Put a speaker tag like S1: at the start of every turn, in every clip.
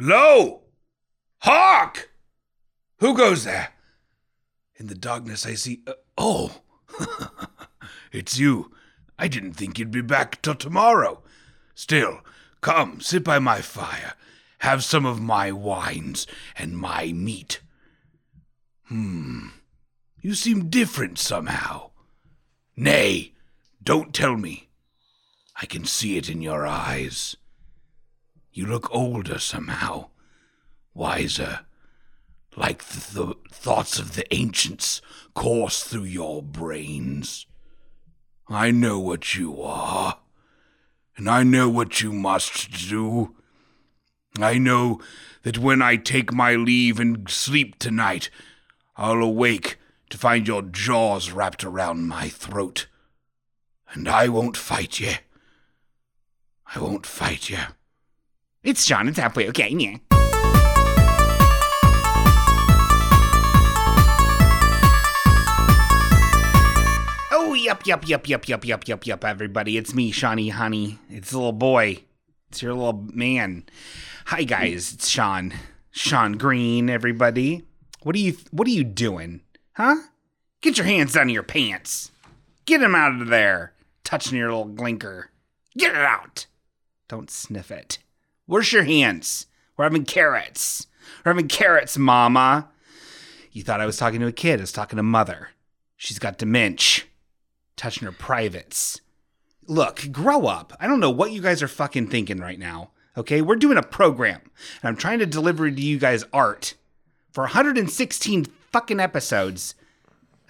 S1: Lo! Hark! Who goes there? In the darkness, I see. Uh, oh! it's you. I didn't think you'd be back till tomorrow. Still, come, sit by my fire. Have some of my wines and my meat. Hmm. You seem different somehow. Nay, don't tell me. I can see it in your eyes. You look older somehow, wiser, like the, the thoughts of the ancients course through your brains. I know what you are, and I know what you must do. I know that when I take my leave and sleep tonight, I'll awake to find your jaws wrapped around my throat. And I won't fight you. I won't fight you.
S2: It's John and Halfway, okay, yeah. Oh, yup, yup, yup, yup, yup, yup, yup, yup, everybody. It's me, Shawnee Honey. It's little boy. It's your little man. Hi, guys. It's Sean. Sean Green, everybody. What are you, what are you doing? Huh? Get your hands down of your pants. Get him out of there. Touching your little glinker. Get it out. Don't sniff it. Where's your hands? We're having carrots. We're having carrots, mama. You thought I was talking to a kid. I was talking to mother. She's got dementia. Touching her privates. Look, grow up. I don't know what you guys are fucking thinking right now. Okay, we're doing a program, and I'm trying to deliver to you guys art for 116 fucking episodes.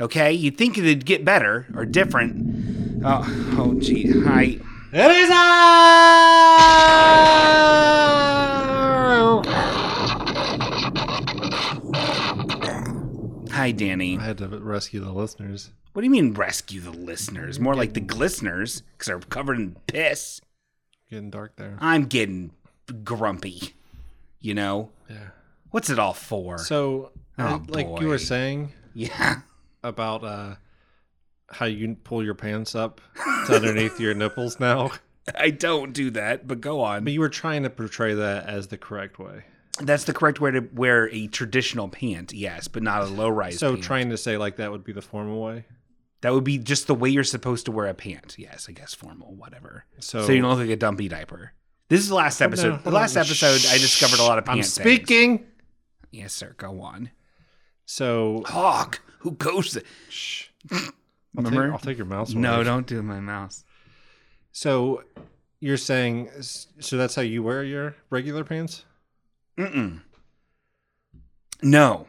S2: Okay, you'd think it'd get better or different. Oh, oh, gee, hi.
S3: It is I!
S2: Hi, Danny.
S3: I had to rescue the listeners.
S2: What do you mean rescue the listeners? More like the glisteners, because they're covered in piss.
S3: Getting dark there.
S2: I'm getting grumpy, you know?
S3: Yeah.
S2: What's it all for?
S3: So, I-
S2: Oh,
S3: like
S2: boy.
S3: you were saying
S2: yeah.
S3: about uh, how you pull your pants up to underneath your nipples now,
S2: I don't do that, but go
S3: but
S2: on.
S3: you were trying to portray that as the correct way.
S2: That's the correct way to wear a traditional pant, yes, but not a low rise
S3: so,
S2: pant.
S3: trying to say like that would be the formal way.
S2: that would be just the way you're supposed to wear a pant. Yes, I guess formal, whatever.
S3: So,
S2: so you don't look like a dumpy diaper. This is the last
S3: Hold on,
S2: episode. the
S3: hold
S2: last
S3: on.
S2: episode, I discovered a lot of pant
S3: I'm
S2: things.
S3: speaking.
S2: Yes, sir. Go on.
S3: So,
S2: Hawk, who goes? th-
S3: shh. I'll, take,
S2: Remember?
S3: I'll take your mouse.
S2: No,
S3: away.
S2: don't do my mouse.
S3: So, you're saying so that's how you wear your regular pants?
S2: Mm-mm. No,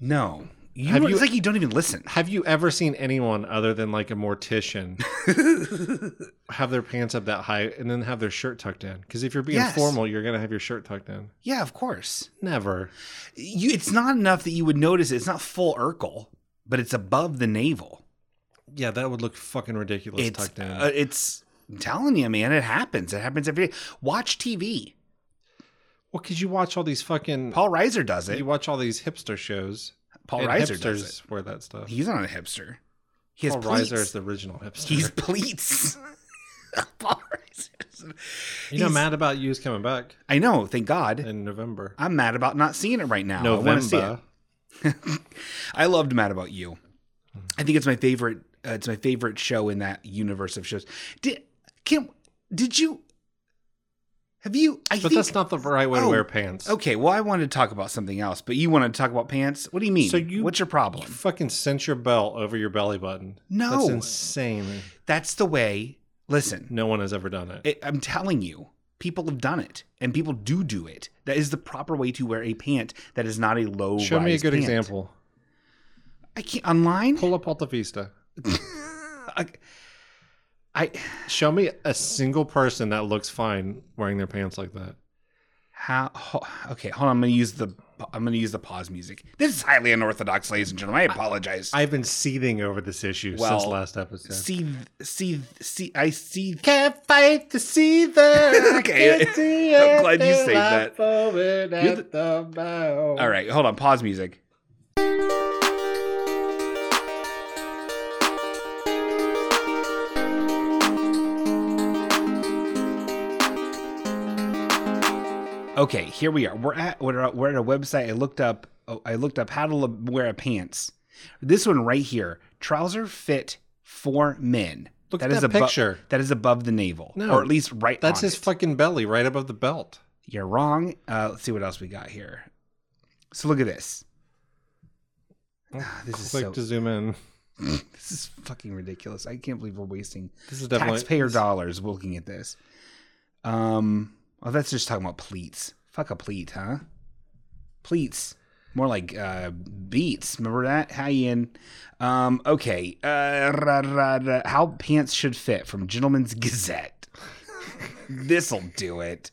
S2: no. You,
S3: Have
S2: don't-
S3: you-
S2: it's like you don't even listen.
S3: Have you ever seen anyone other than like a mortician have their pants up that high and then have their shirt tucked in? Because if you're being
S2: Yes.
S3: formal, you're gonna have your shirt tucked in.
S2: yeah, of course.
S3: Never.
S2: You, it's not enough that you would notice. It. It's not full Urkel, but it's above the navel.
S3: Yeah, that would look fucking ridiculous
S2: It's
S3: tucked in.
S2: uh, it's. I'm telling you, man, it happens. It happens every day. Watch TV.
S3: well, because you watch all these fucking
S2: Paul Reiser does it.
S3: you watch all these hipster shows.
S2: Paul
S3: and
S2: Reiser
S3: hipsters
S2: does
S3: wear that stuff.
S2: it. He's not a hipster. He has
S3: Paul
S2: pleats.
S3: Reiser is the original hipster.
S2: He's pleats. Paul Reiser.
S3: you know,
S2: he's-
S3: mad about you's coming back
S2: I know. Thank God.
S3: in November.
S2: I'm mad about not seeing it right now. I want to see it.
S3: November.
S2: I loved Mad About You.
S3: Mm-hmm.
S2: I think it's my favorite. Uh, it's my favorite show in that universe of shows. Did Kim? Did you? Have you? I
S3: But
S2: think.
S3: that's not the right way to
S2: Oh,
S3: wear pants.
S2: okay. Well, I wanted to talk about something else, but you wanted to talk about pants. What do you mean?
S3: So you-
S2: What's your problem?
S3: You fucking cinch your belt over your belly button.
S2: No.
S3: That's insane.
S2: That's the way. Listen,
S3: No one has ever done it.
S2: it, I'm telling you, people have done it, and people do do it. That is the proper way to wear a pant that is not a low.
S3: Show me a
S2: rise
S3: good
S2: pant.
S3: example.
S2: I can't online.
S3: Pull up Alta Vista.
S2: I, I
S3: Show me a single person that looks fine wearing their pants like that.
S2: how ho- okay, hold on. I'm gonna use the I'm gonna use the pause music. This is highly unorthodox, ladies and gentlemen. I apologize.
S3: I've been seething over this issue since
S2: Well,
S3: last episode.
S2: see, see, see. I see.
S3: Can't fight the seether.
S2: Okay, I'm glad you saved that. You're the- All
S3: All
S2: right, hold on. Pause music. Okay, here we are. We're at we're at, we're at a website. I looked up. Oh, I looked up how to lo- wear a pants. This one right here, trouser fit for men.
S3: Look
S2: That
S3: at
S2: is
S3: that
S2: abo-
S3: picture.
S2: That is above the navel,
S3: No,
S2: or at least right.
S3: That's
S2: on
S3: his
S2: it.
S3: fucking belly right above the belt.
S2: You're wrong. Uh, let's see what else we got here. So look at this. Ah, This is
S3: Click
S2: so,
S3: to zoom in.
S2: this is fucking ridiculous. I can't believe we're wasting
S3: This is definitely
S2: taxpayer dollars looking at this. Um, oh, that's just talking about pleats. Fuck a pleat, huh? Pleats, more like uh, beats. Remember that? How you in? Um, okay. Uh, ra, ra, ra. How pants should fit from Gentleman's Gazette. This'll do it.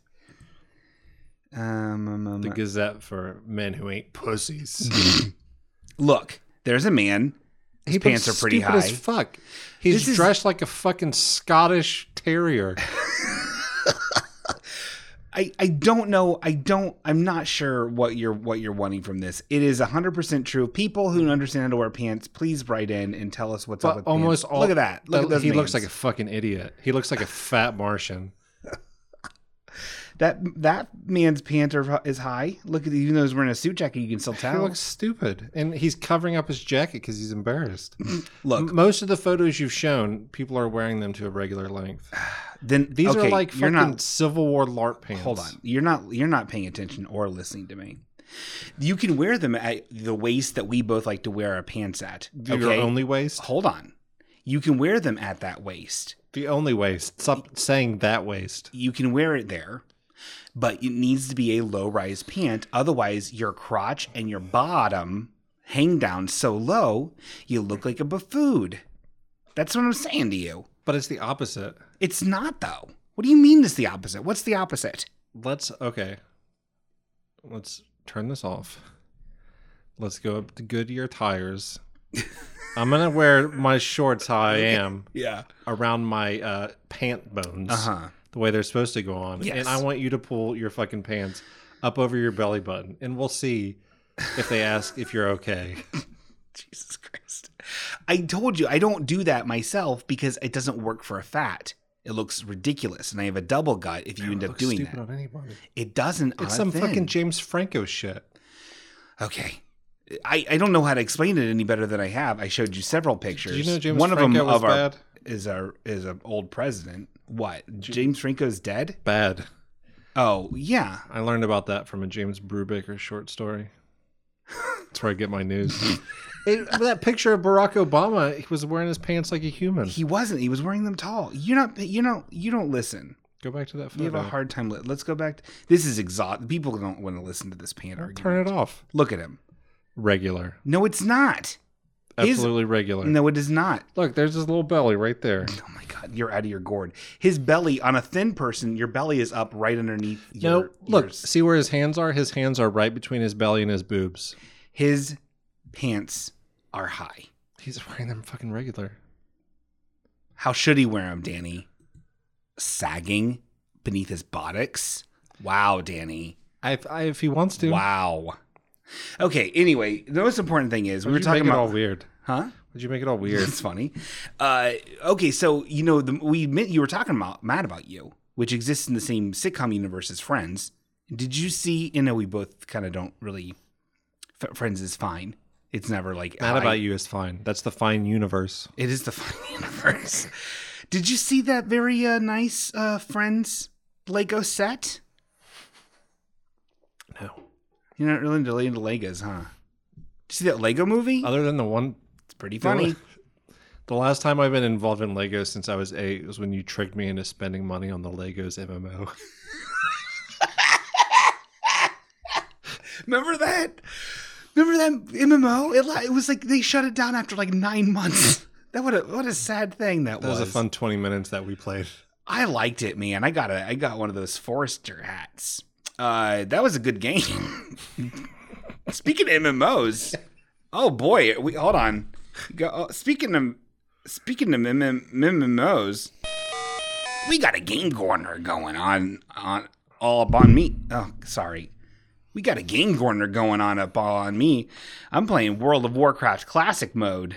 S2: Um, um, um,
S3: the Gazette for men who ain't pussies.
S2: look, there's a man. His
S3: But
S2: pants are pretty
S3: stupid
S2: high.
S3: as fuck. He's
S2: This is-
S3: dressed like a fucking Scottish terrier.
S2: I, I don't know. I don't. I'm not sure what you're what you're wanting from this. It is 100 percent true. People who understand how to wear pants, please write in and tell us what's up
S3: But
S2: with
S3: almost
S2: pants.
S3: all.
S2: Look at that. Look at those.
S3: He looks like
S2: mans.
S3: a fucking idiot. He looks like a fat Martian.
S2: that that man's pants are is high. Look at even though he's wearing a suit jacket, you can still
S3: He
S2: tell.
S3: looks stupid, and he's covering up his jacket because he's embarrassed.
S2: Look,
S3: Most of the photos you've shown, people are wearing them to a regular length.
S2: then
S3: These
S2: okay,
S3: are like
S2: you're
S3: fucking
S2: not
S3: Civil War LARP pants.
S2: Hold on. You're not you're not paying attention or listening to me. You can wear them at the waist that we both like to wear our pants at.
S3: The-
S2: Okay.
S3: Your only waist.
S2: Hold on. You can wear them at that waist.
S3: The only waist. Stop saying that waist.
S2: You can wear it there, but it needs to be a low-rise pant. Otherwise, your crotch and your bottom hang down so low you look like a buffoon. That's what I'm saying to you.
S3: But it's the opposite.
S2: It's not though. What do you mean it's the opposite? What's the opposite?
S3: Let's okay. Let's turn this off. Let's go up to Goodyear tires. I'm gonna wear my shorts how I am
S2: Yeah.
S3: around my uh, pant bones,
S2: Uh-huh.
S3: the way they're supposed to go on.
S2: Yes.
S3: And I want you to pull your fucking pants up over your belly button, and we'll see if they ask if you're okay.
S2: Jesus Christ. I told you I don't do that myself because it doesn't work for a fat. It looks ridiculous, and I have a double gut if you end up
S3: Looks
S2: doing
S3: stupid
S2: that.
S3: on anybody.
S2: It doesn't. on
S3: It's
S2: a
S3: some
S2: thing.
S3: fucking James Franco shit.
S2: okay. I, I don't know how to explain it any better than I have. I showed you several pictures.
S3: Do you know James
S2: One
S3: Franco
S2: of them
S3: was
S2: of our
S3: bad?
S2: is our is an old president. What? James Franco's dead?
S3: Bad.
S2: Oh yeah.
S3: I learned about that from a James Brubaker short story. That's where I get my news. it, that picture of Barack Obama, he was wearing his pants like a human.
S2: He wasn't. He was wearing them tall. You're not. You know. You don't listen.
S3: Go back to that photo.
S2: You have a hard time. Li- Let's go back. this is exhaust. People don't want to listen to this pan argument.
S3: Turn it off.
S2: Look at him.
S3: Regular.
S2: No, it's not. His-
S3: Absolutely regular.
S2: No, it is not.
S3: Look, there's his little belly right there.
S2: Oh my God, you're out of your gourd. His belly on a thin person, your belly is up right underneath. Your,
S3: No, look,
S2: yours.
S3: see where his hands are? His hands are right between his belly and his boobs.
S2: his pants are high.
S3: He's wearing them fucking regular.
S2: How should he wear them, Danny? Sagging beneath his buttocks. Wow, Danny.
S3: I, I, if he wants to.
S2: Wow. Okay. Anyway, the most important thing is we
S3: Why'd
S2: were
S3: you
S2: talking
S3: make it
S2: about
S3: all weird.
S2: huh.
S3: Would you make it all weird?
S2: It's funny. Uh, okay, so you know the, we admit you were talking about Mad About You, which exists in the same sitcom universe as Friends. Did you see? You know, we both kind of don't really. F- Friends is fine. It's never like
S3: Mad
S2: high.
S3: about you is fine. That's the fine universe.
S2: It is the fine universe. Did you see that very uh, nice uh, Friends Lego set?
S3: No.
S2: You're not really into into Legos, huh? Did you see that Lego movie?
S3: Other than the one
S2: It's pretty funny.
S3: The last time I've been involved in Legos since I was eight was when you tricked me into spending money on the Legos MMO.
S2: Remember that? Remember that MMO? It, li- it was like they shut it down after like nine months. That what a what a sad thing that,
S3: That was a fun 20 minutes that we played.
S2: I liked it, man. I got a I got one of those Forrester hats. Uh, that was a good game. speaking of MMOs, oh boy, we hold on. Go, oh, speaking of speaking of MM, MMOs, we got a game corner going on on all up on me. Oh, sorry. We got a game corner going on up all on me. I'm playing World of Warcraft Classic mode,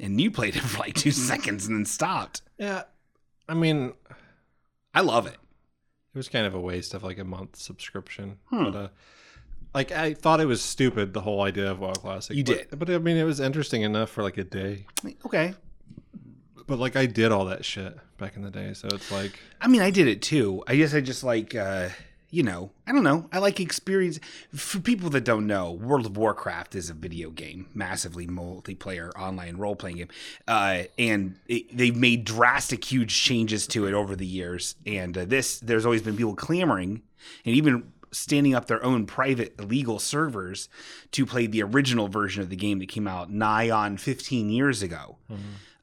S2: and you played it for like two seconds and then stopped.
S3: Yeah. I mean,
S2: I love it.
S3: it was kind of a waste of like a month subscription.
S2: Hmm.
S3: But uh, like I thought it was stupid the whole idea of WoW Classic.
S2: You
S3: but- but I mean it was interesting enough for like a day.
S2: Okay.
S3: But like I did all that shit back in the day, so it's like
S2: I mean, I did it too. I guess I just like, uh, you know, I don't know. I like experience. For people that don't know, World of Warcraft is a video game, massively multiplayer online role playing game. Uh, and it, they've made drastic, huge changes to it over the years. And uh, this, there's always been people clamoring and even standing up their own private illegal servers to play the original version of the game that came out nigh on 15 years ago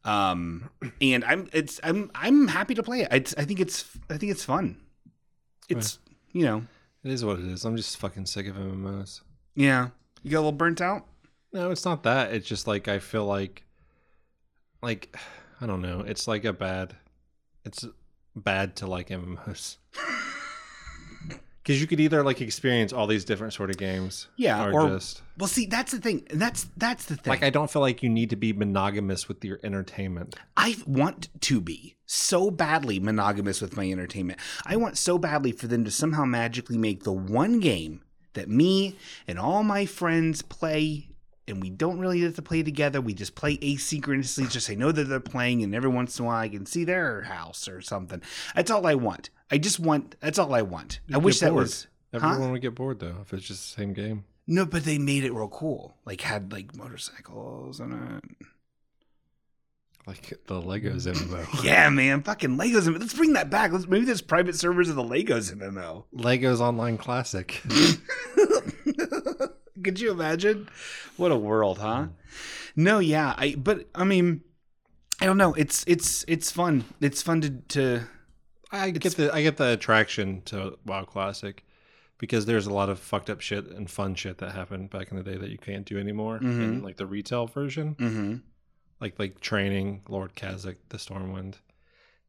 S2: um and i'm it's i'm i'm happy to play it it's, i think it's i think it's fun it's you know
S3: it is what it is. I'm just fucking sick of MMOs.
S2: yeah you got a little burnt out
S3: No, it's not that. It's just like I feel like like I don't know. It's like a bad it's bad to like MMOs. Cuz you could either like experience all these different sort of games
S2: Yeah,
S3: or,
S2: or-
S3: just
S2: well see that's the thing that's that's the thing
S3: like I don't feel like you need to be monogamous with your entertainment.
S2: I want to be so badly monogamous with my entertainment. I want so badly for them to somehow magically make the one game that me and all my friends play, and we don't really get to play together. We just play asynchronously, just I know that they're playing, and every once in a while I can see their house or something. That's all I want. I just want, that's all I want. I
S3: You'd
S2: wish
S3: get
S2: that
S3: bored.
S2: was. Huh?
S3: Everyone would get bored though if it's just the same game.
S2: No, but they made it real cool. Like, had like motorcycles and it.
S3: Like the Legos MMO.
S2: Yeah, man, fucking Legos. MMO. Let's bring that back. Let's maybe there's private servers of the Legos MMO.
S3: Legos Online Classic.
S2: Could you imagine? What a world, huh? No, yeah, I. But I mean, I don't know. It's it's it's fun. It's fun to to.
S3: I get the I get the attraction to WoW Classic because there's a lot of fucked up shit and fun shit that happened back in the day that you can't do anymore in like the retail version,
S2: Mm-hmm.
S3: like like training Lord Kazakh, the Stormwind,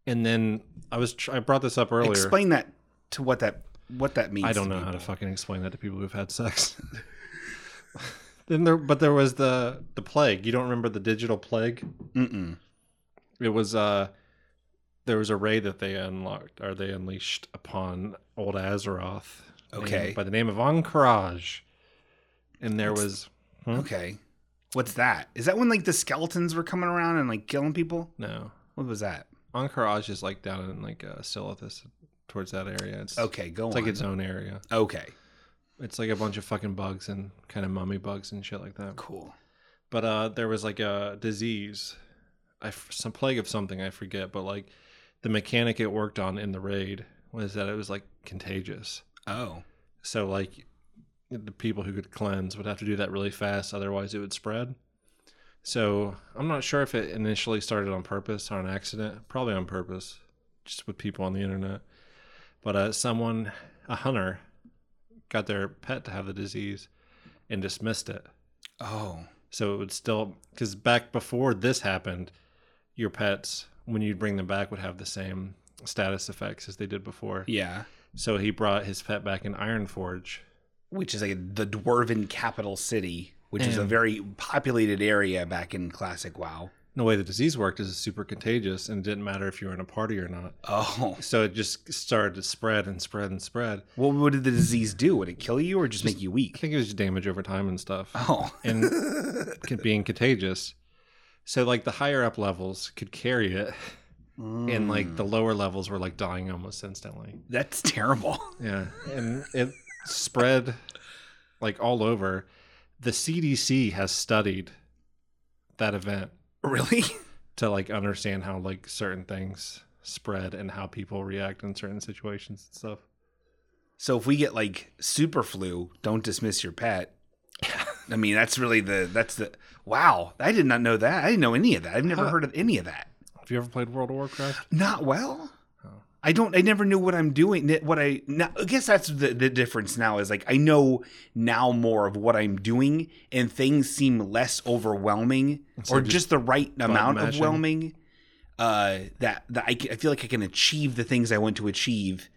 S3: and then I was tr- I brought this up earlier.
S2: Explain that to what that what that means.
S3: I don't
S2: to
S3: know how to
S2: people.
S3: fucking explain that to people who've had sex. then there, but there was the the plague. You don't remember the digital plague?
S2: Mm-mm.
S3: it was uh there was a raid that they unlocked or they unleashed upon old Azeroth.
S2: Okay.
S3: named- by the name of Ankaraj. And there was Hmm?
S2: Okay, what's that? Is that when like the skeletons were coming around and like killing people?
S3: no
S2: What was that?
S3: Ankaraj is like down in like uh Silithus towards that area. It's
S2: Okay, go
S3: it's
S2: on.
S3: like its own area.
S2: okay,
S3: It's like a bunch of fucking bugs and kind of mummy bugs and shit like that.
S2: cool.
S3: but uh there was like a disease I f- some plague of something i forget but like the mechanic it worked on in the raid was that it was like contagious
S2: Oh,
S3: so like the people who could cleanse would have to do that really fast otherwise it would spread so i'm not sure if it initially started on purpose or an accident probably on purpose just with people on the internet but uh, someone a hunter got their pet to have the disease and dismissed it
S2: oh,
S3: so it would still, because back before this happened, your pets, when you'd bring them back, would have the same status effects as they did before.
S2: yeah.
S3: So he brought his pet back in Ironforge.
S2: which is like the dwarven capital city, which is a
S3: And-
S2: very populated area back in classic WoW.
S3: And The way the disease worked is it's super contagious and it didn't matter if you were in a party or not.
S2: Oh,
S3: So it just started to spread and spread and spread.
S2: well, what did the disease do? Would it kill you or just, make you
S3: I
S2: weak?
S3: think it was just damage over time and stuff.
S2: Oh,
S3: And con- being contagious. So like the higher up levels could carry it and like the lower levels were like dying almost instantly.
S2: Mm. that's terrible.
S3: Yeah, and it spread like all over. The CDC has studied that event
S2: really?
S3: to like understand how like certain things spread and how people react in certain situations and stuff.
S2: So if we get like super flu, don't dismiss your pet. I mean, that's really the that's the wow. I did not know that. I didn't know any of that. I've never
S3: Huh.
S2: heard of any of that.
S3: Have you ever played World of Warcraft?
S2: Not well.
S3: Oh.
S2: I don't. I never knew what I'm doing. that- What I now, I guess that's the the difference now is like I know now more of what I'm doing, and things seem less overwhelming,
S3: So
S2: or
S3: just
S2: just, the right amount of
S3: mashing.
S2: overwhelming. Uh, that that I, ca- I feel like I can achieve the things I want to achieve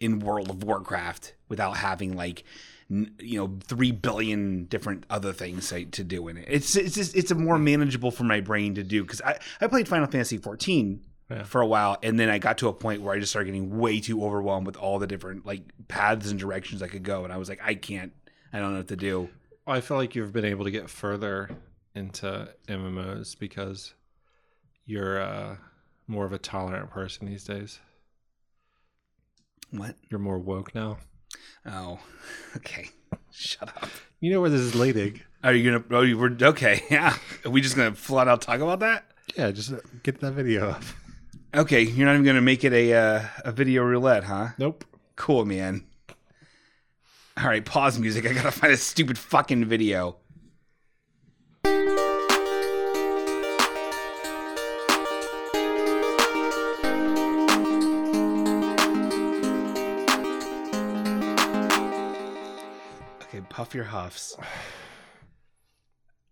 S2: in World of Warcraft without having like n- you know three billion different other things to, to do in it. It's it's just, it's a more manageable for my brain to do because I I played Final Fantasy 14
S3: Yeah.
S2: for a while, and then I got to a point where I just started getting way too overwhelmed with all the different like paths and directions I could go, and I was like, I can't. I don't know what to do.
S3: I feel like you've been able to get further into MMOs because you're uh, more of a tolerant person these days.
S2: What?
S3: You're more woke now.
S2: Oh, okay. Shut up.
S3: You know where this is leading.
S2: Are you gonna? Oh, you were okay. Yeah. Are we just gonna flat out talk about that?
S3: Yeah, just get that video up.
S2: Okay, you're not even gonna make it a uh, a video roulette, huh?
S3: Nope.
S2: Cool, man. All right, pause music. I gotta find a stupid fucking video. Okay, puff your huffs.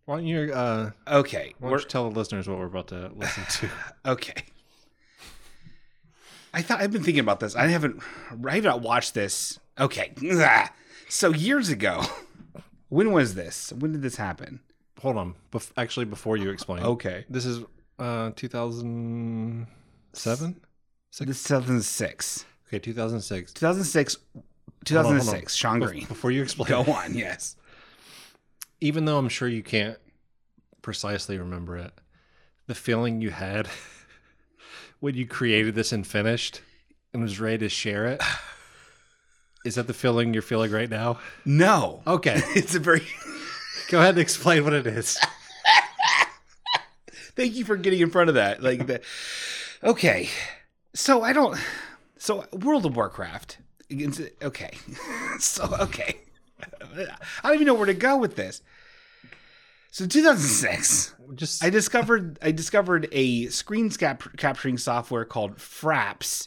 S3: Why don't you, uh,
S2: Okay,
S3: why
S2: we're-
S3: don't you tell the listeners what we're about to listen to?
S2: Okay. I thought I've been thinking about this. I haven't I have not watched this. Okay. Ugh. So years ago, when was this? When did this happen?
S3: Hold on. Bef- actually, before you explain,
S2: Okay.
S3: this is uh, 2007?
S2: So this is 2006.
S3: Okay, 2006.
S2: 2006
S3: Hold on, hold on.
S2: 2006 Sean
S3: Bef-
S2: Green.
S3: Before you explain,
S2: Go on. Yes.
S3: even though I'm sure you can't precisely remember it, the feeling you had when you created this and finished and was ready to share it. Is that the feeling you're feeling right now?
S2: No.
S3: Okay,
S2: It's a very
S3: go ahead and explain what it is.
S2: Thank you for getting in front of that. Like the Okay. So I don't so World of Warcraft. It's- Okay. so okay. I don't even know where to go with this. So 2006,
S3: Just
S2: I discovered I discovered a screen cap- capturing software called Fraps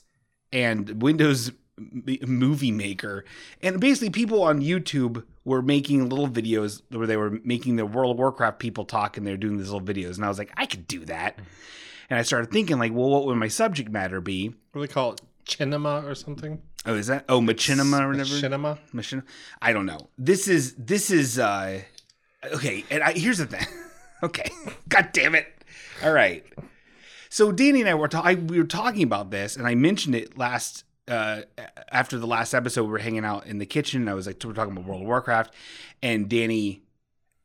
S2: and Windows M- Movie Maker, and basically people on YouTube were making little videos where they were making the World of Warcraft people talk, and they were doing these little videos, and I was like, I could do that, and I started thinking like, well, what would my subject matter be?
S3: what do they call it? Chinema or something?
S2: Oh, is that oh machinima or whatever?
S3: Machinima.
S2: Machine. I don't know. This is this is uh okay. And I, here's the thing. okay. God damn it. All right. So Danny and I were ta- I, we were talking about this, and I mentioned it last uh a- after the last episode. We were hanging out in the kitchen, and I was like, we're talking about World of Warcraft, and Danny,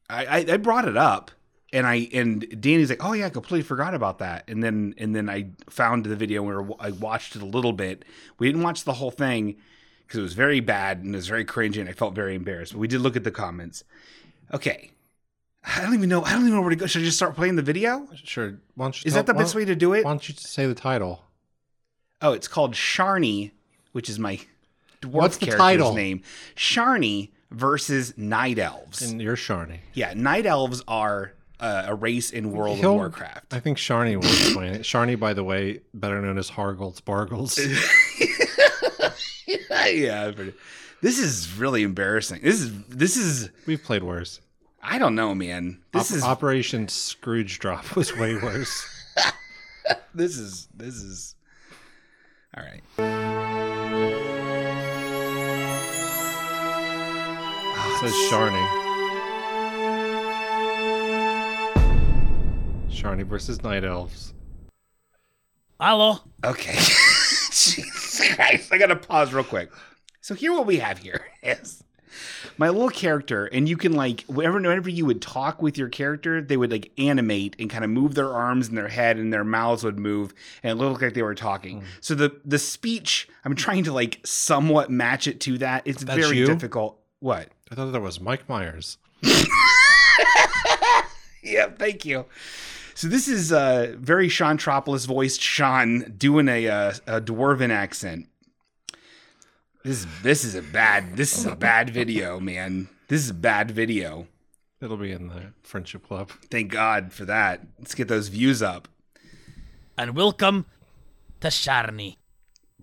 S2: I I, I brought it up. And I and Danny's like, oh yeah, I completely forgot about that. And then and then I found the video where I watched it a little bit. We didn't watch the whole thing, because it was very bad and it was very cringy and I felt very embarrassed. But we did look at the comments. Okay. I don't even know. I don't even know where to go. Should I just start playing the video?
S3: Sure. Why don't you
S2: Is
S3: tell-
S2: that the
S3: why
S2: best
S3: don't-
S2: way to do it?
S3: Why don't you say the title?
S2: Oh, it's called Sharni, which is my dwarf
S3: What's the
S2: character's
S3: title?
S2: name. Sharni versus Night Elves.
S3: And you're Sharni.
S2: yeah, Night Elves are uh, a race in World of
S3: He'll-
S2: Warcraft.
S3: I think Sharni will explain it. Sharni, by the way, better known as Hargold Spargles.
S2: yeah, pretty- this is really embarrassing. This is this is
S3: We've played worse.
S2: I don't know, man. This
S3: Op-
S2: is
S3: Operation Scrooge Drop was way worse.
S2: this is this is all right. Ah,
S3: Says Sharni. Sharni versus Night Elves.
S4: Hello.
S2: Okay. Jesus Christ. I got to pause real quick. So here what we have here is my little character, and you can like whenever whenever you would talk with your character, they would like animate and kind of move their arms and their head and their mouths would move and it looked like they were talking.
S3: Hmm.
S2: So the the speech, I'm trying to like somewhat match it to that. It's
S3: That's
S2: very
S3: you?
S2: difficult. What?
S3: I thought that was Mike Myers.
S2: yeah, thank you. So this is uh, very Sean Tropolis voiced Sean doing a, uh, a dwarven accent. This is this is a bad this is a bad video, man. This is a bad video.
S3: It'll be in the Friendship Club.
S2: Thank God for that. Let's get those views up.
S4: and welcome to Sharni.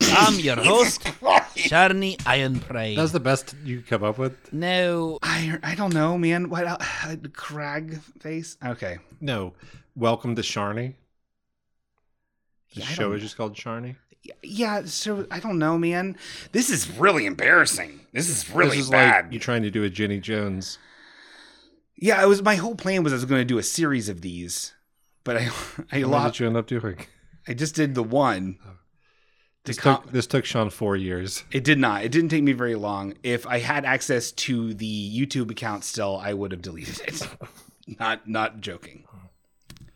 S4: I'm your host, Sharni Iron Pride.
S3: That was the best you could come up with?
S4: now,
S2: I I don't know, man. What el- uh, crag face? Okay.
S3: No. Welcome to Sharni. The
S2: Yeah, I
S3: show
S2: don't-
S3: is just called Sharni.
S2: Yeah, so I don't know, man. This is really embarrassing. This is really
S3: this is
S2: bad.
S3: like you trying to do a Jenny Jones.
S2: Yeah, it was my whole plan was I was going to do a series of these, but I I
S3: What
S2: lost.
S3: did you end up doing?
S2: I just did the one.
S3: This,
S2: To com-
S3: took, this took Sean four years.
S2: It did not. It didn't take me very long. If I had access to the YouTube account still, I would have deleted it. not not joking.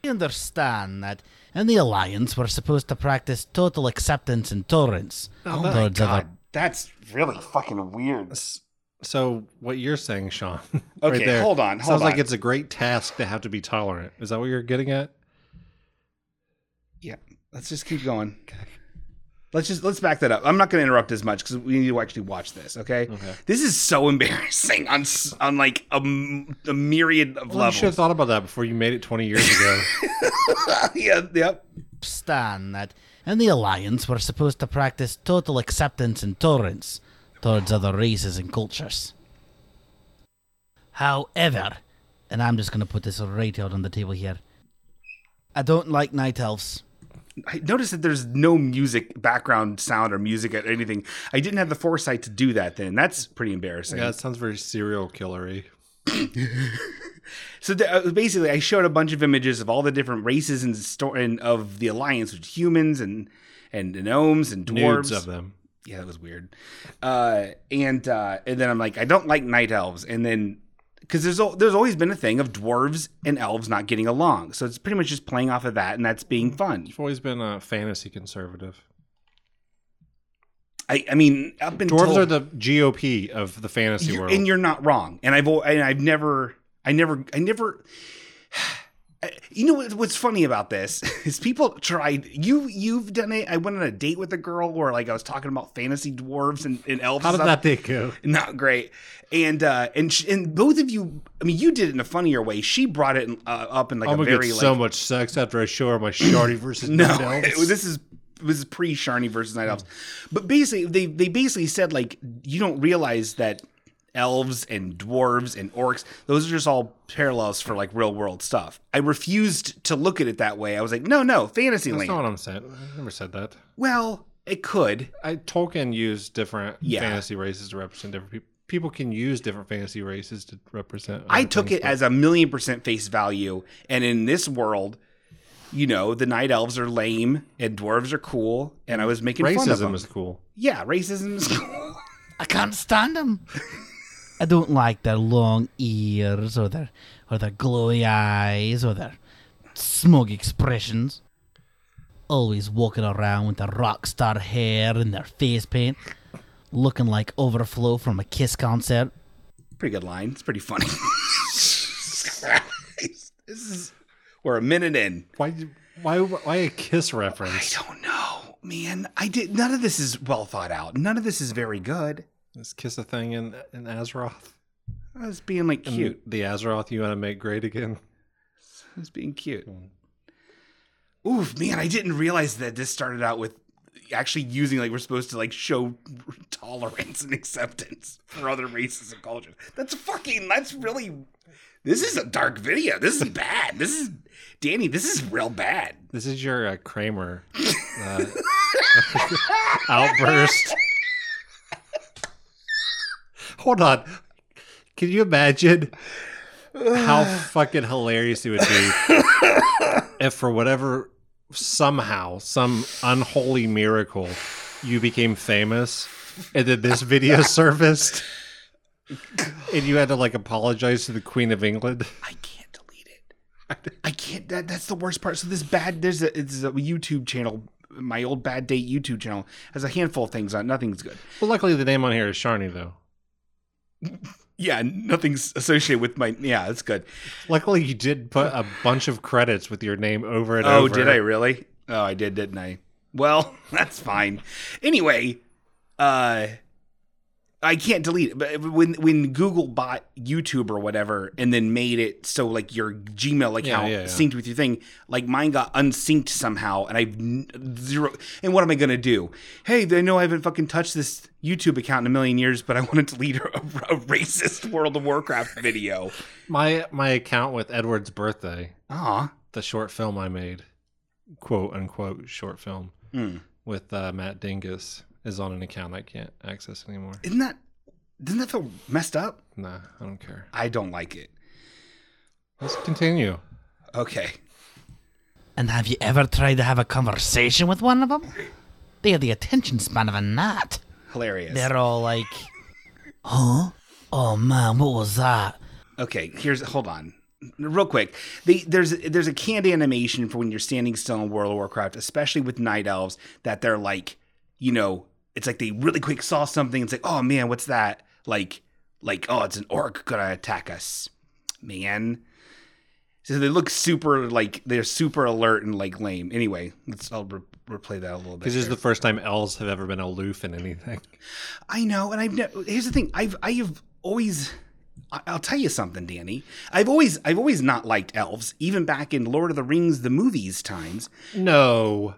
S4: I understand that in the Alliance we're supposed to practice total acceptance and tolerance towards other.
S2: that's really fucking weird.
S3: S- So what you're saying, Sean?
S2: Okay, hold on, hold
S3: Sounds like
S2: on.
S3: it's a great task to have to be tolerant. Is that what you're getting at?
S2: Yeah, let's just keep going. Let's just let's back that up. I'm not going to interrupt as much because we need to actually watch this. Okay?
S3: Okay.
S2: This is so embarrassing on s- on like a, m- a myriad of
S3: Well, you should have
S2: levels.
S3: thought about that before you made it 20 years ago.
S2: yeah. Yep.
S4: Understand that in the Alliance we're supposed to practice total acceptance and tolerance towards other races and cultures. However, and I'm just going to put this right out on the table here. I don't like night elves.
S2: I noticed that there's no music background sound or music or anything. I didn't have the foresight to do that then. That's pretty embarrassing.
S3: yeah, it sounds very serial killery.
S2: So the, uh, basically, I showed a bunch of images of all the different races and, sto- and of the alliance with humans and and gnomes and dwarves.
S3: Nudes of them.
S2: Yeah, that was weird. Uh, and uh, and then I'm like, I don't like night elves. And then because there's al- there's always been a thing of dwarves and elves not getting along. So it's pretty much just playing off of that, and that's being fun.
S3: You've always been a fantasy conservative.
S2: I, I mean, up until
S3: Dwarves are the GOP of the fantasy
S2: You're-
S3: world.
S2: and you're not wrong. And I've al- and I've never, I never, I never. You know what, what's funny about this is people tried you you've done it. I went on a date with a girl where like I was talking about fantasy dwarves and, and elves.
S3: How
S2: and
S3: did
S2: stuff.
S3: that date go?
S2: Not great. And uh and sh- and both of you. I mean, you did it in a funnier way. She brought it in, uh, up in like
S3: I'm
S2: a
S3: gonna
S2: very
S3: get
S2: like
S3: so much sex after I show her my shardy versus
S2: no,
S3: night elves.
S2: it- this is this is pre Sharni versus Night Elves, but basically they they basically said like you don't realize that elves and dwarves and orcs those are just all parallels for like real world stuff. I refused to look at it that way. I was like, no, no, fantasy
S3: That's
S2: land.
S3: not what I'm saying. I never said that.
S2: well, it could.
S3: I Tolkien used different
S2: Yeah.
S3: fantasy races to represent different people. People can use different fantasy races to represent.
S2: I
S3: other
S2: took it
S3: things, but
S2: as a million percent face value, and in this world. You know, the night elves are lame and dwarves are cool, and I was making fun of them.
S3: racism is cool.
S2: yeah, racism is cool.
S4: I can't stand them. I don't like their long ears or their or their glowy eyes or their smug expressions. Always walking around with their rock star hair and their face paint, looking like overflow from a Kiss concert.
S2: pretty good line. It's pretty funny. this is we're a minute in.
S3: Why? Why? Why a kiss reference?
S2: don't know, man. I did none of this is well thought out. None of this is very good.
S3: Is kiss a thing in in Azeroth?
S2: I was being like
S3: In
S2: cute.
S3: The Azeroth you want to make great again?
S2: I was being cute. Oof, man, I didn't realize that this started out with actually using like we're supposed to like show tolerance and acceptance for other races and cultures. That's fucking that's really this is a dark video. This is bad. This is Danny, this is real bad.
S3: This is your uh, Kramer uh, outburst. Hold on. Can you imagine how fucking hilarious it would be if, for whatever, somehow, some unholy miracle, you became famous and then this video surfaced and you had to like apologize to the Queen of England?
S2: I can't delete it. I can't. That, that's the worst part. So this bad. There's a it's a YouTube channel. My old bad date YouTube channel has a handful of things on. it. Nothing's good.
S3: Well, luckily, the name on here is Sharni, though.
S2: Yeah, nothing's associated with my. Yeah, that's good.
S3: Luckily, you did put a bunch of credits with your name over and
S2: Oh,
S3: over.
S2: did I really? Oh, I did, didn't I? Well, that's fine. Anyway, uh, I can't delete it. But when when Google bought YouTube or whatever, and then made it so like your Gmail account
S3: yeah, yeah.
S2: synced with your thing, like mine got unsynced somehow, and I've n- zero. And what am I gonna do? Hey, I know I haven't fucking touched this YouTube account in a million years, but I want to delete a, a racist World of Warcraft video.
S3: My my account with Edward's birthday,
S2: Aw,
S3: the short film I made, quote unquote short film
S2: Hmm.
S3: with uh, Matt Dingus, is on an account I can't access anymore.
S2: isn't that doesn't that feel messed up?
S3: Nah, I don't care.
S2: I don't like it.
S3: Let's continue.
S2: Okay.
S4: And have you ever tried to have a conversation with one of them? They have the attention span of a gnat.
S2: Hilarious.
S4: They're all like, huh? Oh man, what was that?
S2: Okay, here's hold on. Real quick, they, there's there's a canned animation for when you're standing still in World of Warcraft, especially with night elves, that they're like, you know, it's like they really quick saw something. It's like, oh man, what's that? Like, like oh, it's an orc gonna attack us, man. So they look super like they're super alert and like lame. Anyway, let's I'll re- replay that a little bit.
S3: Because this is
S2: here.
S3: the first time elves have ever been aloof in anything.
S2: I know, and I've never. Here's the thing: I've I have always. I- I'll tell you something, Danny. I've always I've always not liked elves, even back in Lord of the Rings the movies times.
S3: No.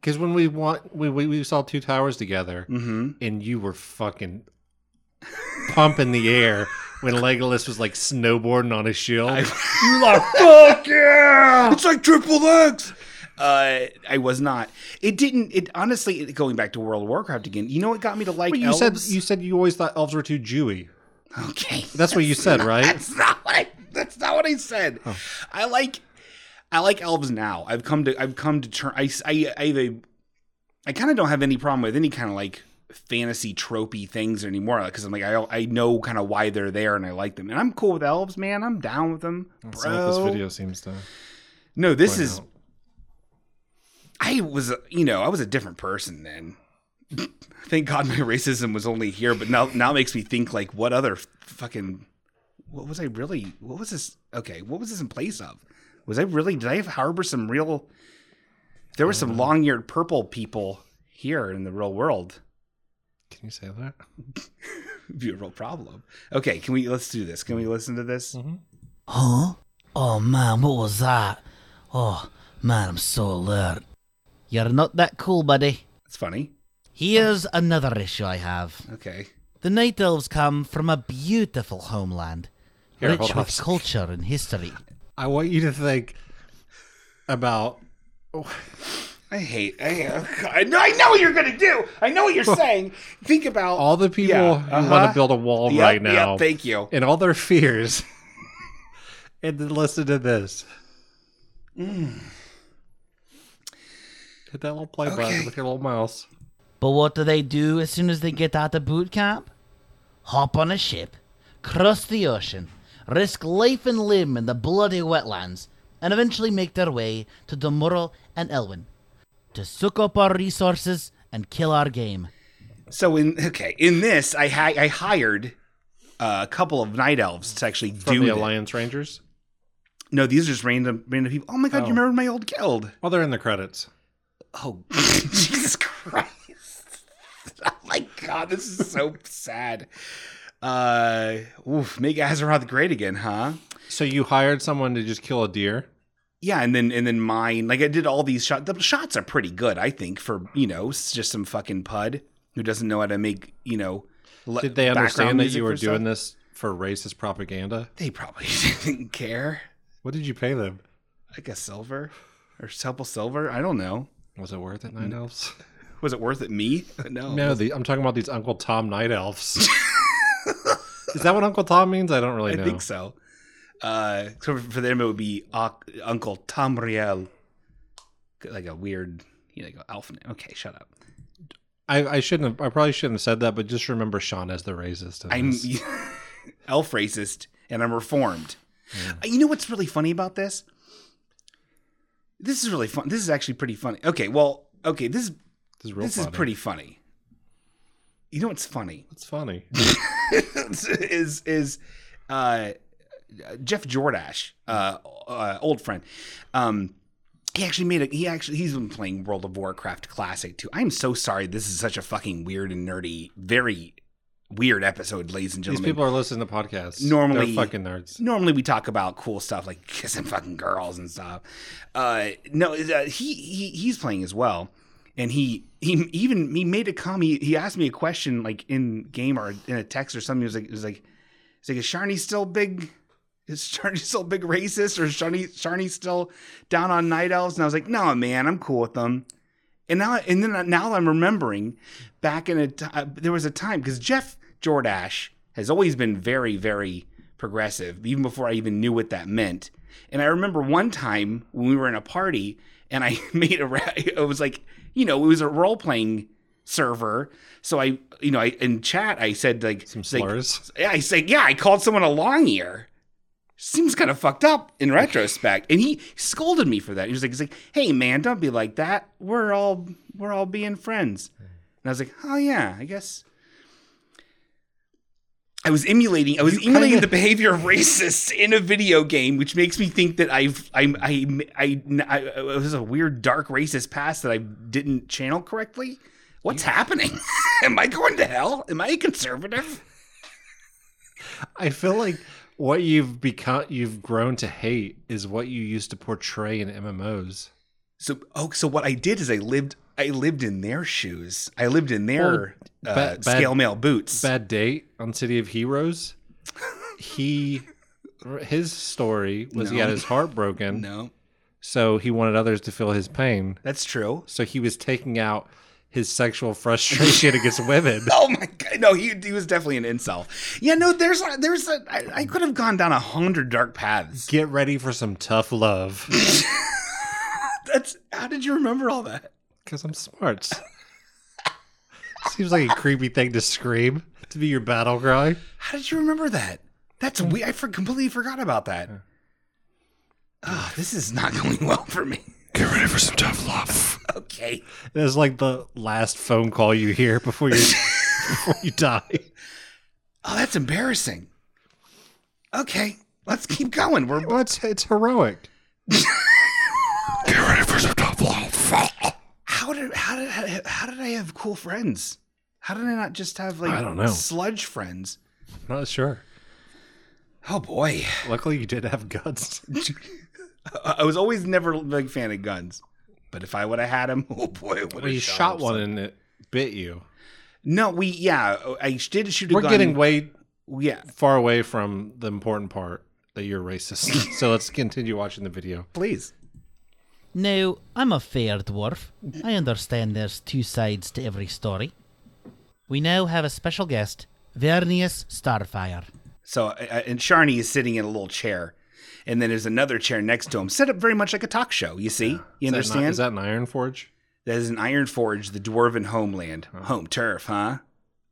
S3: Because when we want we, we we saw two towers together,
S2: Mm-hmm.
S3: and you were fucking pumping the air when Legolas was like snowboarding on his shield. you like fuck yeah!
S1: It's like triple legs.
S2: Uh, I was not. It didn't. It honestly it- going back to World of Warcraft again. You know what got me to like
S3: But you
S2: elves?
S3: said you said you always thought elves were too Jewy.
S2: okay.
S3: That's what you said, right? Oh.
S2: That's not what I. That's not what I said. I like, I like elves now. I've come to. I've come to turn. I. s- I. I have a. I kind of don't have any problem with any kind of like fantasy tropey things anymore because I'm like I. I know kind of why they're there and I like them and I'm cool with elves, man. I'm down with them,
S3: That's
S2: bro.
S3: what this video seems to.
S2: no, this
S3: point
S2: is.
S3: out.
S2: I was. a- You know, I was a different person then. Thank God my racism was only here, but now now it makes me think like what other fucking what was I really? What was this? Okay, what was this in place of? Was I really? Did I harbor some real? There were some long-eared purple people here in the real world.
S3: Can you say that?
S2: It'd be a real problem. Okay, can we? Let's do this. Can we listen to this?
S4: Huh? Oh man, what was that? Oh man, I'm so alert. You're not that cool, buddy.
S2: It's funny.
S4: Here's another issue I have.
S2: Okay.
S4: The Night Elves come from a beautiful homeland,
S3: Here,
S4: rich
S3: hold on.
S4: with culture and history.
S3: I want you to think about
S2: I hate. I, uh, I know. I know what you're gonna do. I know what you're saying. Think about
S3: all the people
S2: Yeah,
S3: who want
S2: uh-huh.
S3: to build a wall
S2: Yep,
S3: right now
S2: Yep, thank you.
S3: and all their fears. and then listen to this.
S2: Mm.
S3: Hit that little play
S2: Okay.
S3: button with your little mouse.
S4: But what do they do as soon as they get out of boot camp? Hop on a ship, cross the ocean, risk life and limb in the bloody wetlands, and eventually make their way to Domurl and Elwyn to soak up our resources and kill our game.
S2: So in okay, in this, I hi- I hired uh, a couple of night elves to actually
S3: From
S2: do
S3: the
S2: this.
S3: Alliance Rangers.
S2: No, these are just random random people. Oh my god,
S3: Oh.
S2: you remember my old guild?
S3: Oh, they're in the credits.
S2: Oh, Jesus Christ! Oh my god, this is so sad. Uh, oof, make Azeroth great again, huh?
S3: So you hired someone to just kill a deer.
S2: Yeah, and then and then mine. Like I did all these shots. The shots are pretty good, I think, for you know s- just some fucking pud who doesn't know how to make you know. le-
S3: Did they
S2: background
S3: understand that
S2: music
S3: you
S2: for
S3: were
S2: stuff.
S3: doing this for racist propaganda?
S2: They probably didn't care.
S3: What did you pay them?
S2: like a silver or supple silver. I don't know.
S3: Was it worth it,
S2: Mm.
S3: Night Elves?
S2: Was it worth it? Me? No.
S3: No, the, I'm talking about these Uncle Tom Night Elves. Is that what Uncle Tom means? I don't really
S2: I
S3: know.
S2: think so. Uh, so for them, it would be Oc- Uncle Tamriel, like a weird, you know, like an elf name. Okay, shut up.
S3: I, I shouldn't have. I probably shouldn't have said that, but just remember Sean as the racist. in
S2: I'm
S3: this.
S2: elf racist and I'm reformed. Uh, You know what's really funny about this? This is really fun. This is actually pretty funny. Okay, well, okay, this is
S3: This is real
S2: this
S3: funny.
S2: is pretty funny. You know what's funny?
S3: It's funny.
S2: is is uh, Jeff Jordash, uh, uh, old friend. Um, he actually made a he actually he's been playing World of Warcraft Classic too. I'm so sorry. This is such a fucking weird and nerdy, very weird episode, ladies and
S3: These
S2: gentlemen.
S3: people are listening to podcasts.
S2: Normally-
S3: They're fucking nerds.
S2: Normally we talk about cool stuff like kissing fucking girls and stuff. Uh, no, uh, he, he he's playing as well, and he he even he made a comment. He, he asked me a question like in game or in a text or something. He was like, he was like, he's like, is Sharni still big? Is Sharni still big racist or is Sharni Sharni still down on night elves? And I was like, no, man, I'm cool with them. And now, and then now I'm remembering back in a t- uh, there was a time because Jeff Jordash has always been very, very progressive, even before I even knew what that meant. And I remember one time when we were in a party and I made a ra- it was like, you know, it was a role playing server. So I, you know, I in chat I said like
S3: Some
S2: like,
S3: slurs.
S2: yeah, I said, yeah, I called someone a long ear. Seems kind of fucked up in retrospect. And he scolded me for that. He was like, he's like, hey man, don't be like that. We're all we're all being friends. And I was like, oh yeah, I guess. I was emulating. I was emulating the behavior of racists in a video game, which makes me think that I've I'm I I, I, it was a weird dark racist past that I didn't channel correctly. What's happening? Am I going to hell? Am I a conservative?
S3: I feel like what you've become, you've grown to hate, is what you used to portray in MMOs.
S2: So oh, so what I did is I lived I lived in their shoes. I lived in their
S3: Well,
S2: uh,
S3: bad- bad-
S2: scale mail boots.
S3: Bad date on City of Heroes. He, his story was he
S2: No.
S3: had his heart broken,
S2: No,
S3: so he wanted others to feel his pain.
S2: that's true.
S3: So he was taking out his sexual frustration against women.
S2: Oh my god! No, he he was definitely an incel. Yeah, no, there's a, there's a I, I could have gone down a hundred dark paths.
S3: Get ready for some tough love,
S2: That's how did you remember all that?
S3: because I'm smart. Seems like a creepy thing to scream to be your battle cry.
S2: How did you remember that? That's we I for, completely forgot about that. Ah, this is not going well for me.
S1: Get ready for some tough love.
S2: Okay.
S3: That's like the last phone call you hear before you before you die.
S2: Oh, that's embarrassing. Okay, let's keep going. We're
S3: Well, it's it's heroic.
S1: Get ready for some tough love.
S2: how did how did how, did I have cool friends? How did I not just have like
S3: I don't know.
S2: sludge friends?
S3: Not sure.
S2: Oh boy,
S3: Luckily, you did have guts.
S2: I, I was always never a big fan of guns, but if I would have had them, oh boy, would
S3: Well, you shot one and it bit you.
S2: No, we yeah, I did shoot a
S3: We're
S2: gun.
S3: getting way
S2: yeah.
S3: far away from the important part that you're racist. so let's continue watching the video.
S2: Please,
S4: No, I'm a fair dwarf. I understand there's two sides to every story. We now have a special guest, Vernius Starfire.
S2: so I- I- and Sharni is sitting in a little chair, and then there's another chair next to him, set up very much like a talk show. You see, you
S3: Is that
S2: understand?
S3: Not, is that an iron forge?
S2: that is an Iron Forge, the dwarven homeland, home turf, huh?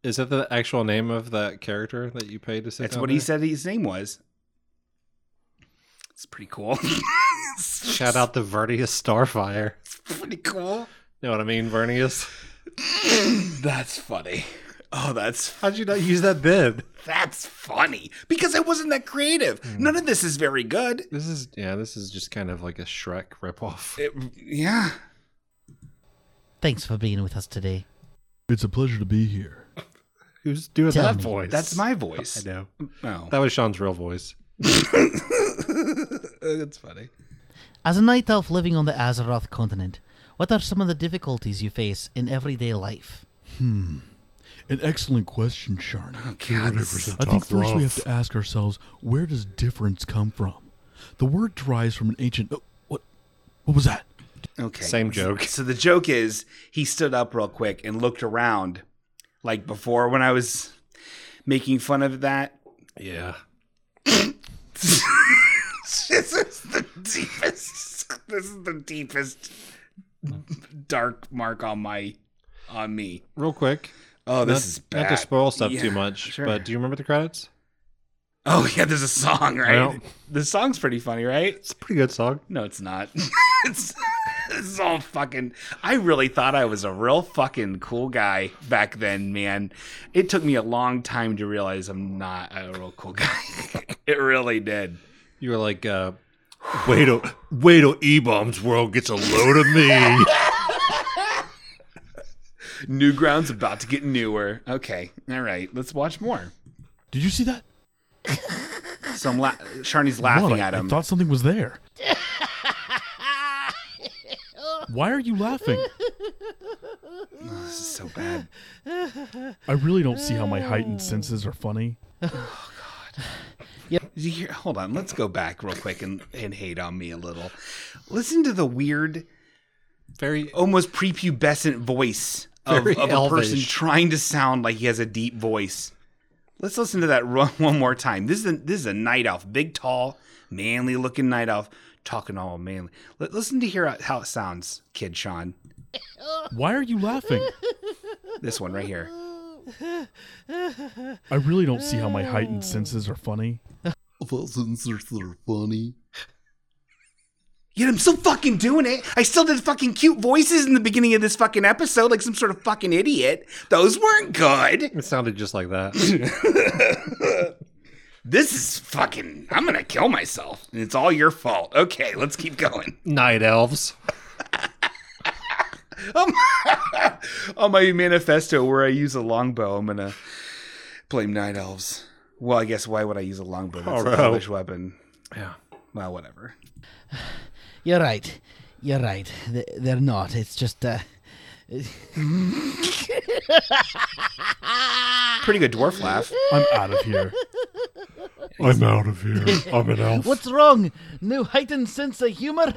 S3: Is that the actual name of that character that you paid to sit
S2: That's
S3: down
S2: what he
S3: there?
S2: said his name was. It's pretty cool. it's
S3: Shout out the Vernius Starfire.
S2: pretty cool.
S3: Know what I mean, Vernius?
S2: That's funny. Oh, that's
S3: How'd you not use that then?
S2: that's funny because I wasn't that creative. None of this is very good.
S3: This is yeah, this is just kind of like a Shrek ripoff.
S2: It- yeah.
S4: Thanks for being with us today.
S1: It's a pleasure to be here.
S3: Who's doing
S4: Tell
S3: that
S4: me.
S3: voice?
S2: That's my
S3: I
S2: voice.
S3: know.
S2: Oh.
S3: That was Sean's real voice.
S2: that's funny.
S4: As a night elf living on the Azeroth continent, what are some of the difficulties you face in everyday life?
S5: An excellent question, Sharna.
S2: God, this-
S5: I think first we have to ask ourselves where does difference come from? The word derives from an ancient. Oh, what? What was that?
S2: okay.
S3: Same joke.
S2: So the joke is he stood up real quick and looked around like before when I was making fun of that.
S3: Yeah.
S2: this is the deepest. This is the deepest dark mark on my on me.
S3: Real quick.
S2: Oh,
S3: not,
S2: this is bad.
S3: not to spoil stuff
S2: Yeah,
S3: too much,
S2: sure.
S3: but do you remember the credits?
S2: oh yeah, there's a song, right?
S3: don't-
S2: The song's pretty funny, right?
S3: It's a pretty good song.
S2: No, it's not. it's this is all fucking. I really thought I was a real fucking cool guy back then, man. It took me a long time to realize I'm not a real cool guy. it really did.
S3: You were like, uh,
S5: Wait till wait till E Bomb's world gets a load of me.
S2: New ground's about to get newer. Okay, all right, let's watch more.
S5: Did you see that?
S2: So I'm la- Sharni's laughing
S5: What? I-
S2: at
S5: I,
S2: him.
S5: thought something was there. Why are you laughing?
S2: this is so bad.
S5: I really don't see how my heightened senses are funny.
S2: Did you hear? Hold on. Let's go back real quick and, and hate on me a little. Listen to the weird,
S3: very. oh,
S2: almost prepubescent voice of,
S3: Very
S2: of a person
S3: elvish.
S2: trying to sound like he has a deep voice. Let's listen to that run one more time. This is a, this is a night elf, big, tall, manly looking night elf, talking all manly. Let, listen to hear how- how it sounds, kid Sean.
S5: Why are you laughing?
S2: This one right here.
S5: I really don't see how my heightened senses are funny.
S2: Yet I'm still fucking doing it. I still did fucking cute voices in the beginning of this fucking episode, like some sort of fucking idiot. Those weren't good.
S3: It sounded just like that.
S2: This is fucking. I'm gonna kill myself, and it's all your fault. Okay, let's keep going.
S3: Night elves.
S2: on my manifesto where I use a longbow, I'm gonna blame night elves. Well, I guess why would I use a longbow? That's a
S3: Alright.
S2: Polish weapon.
S3: Yeah.
S2: Well, whatever.
S4: You're right. You're right. Th- They're not. It's just. Uh,
S2: Pretty good dwarf laugh.
S5: I'm out of here.
S6: I'm out of here. I'm an elf.
S4: what's wrong? No heightened sense of humor?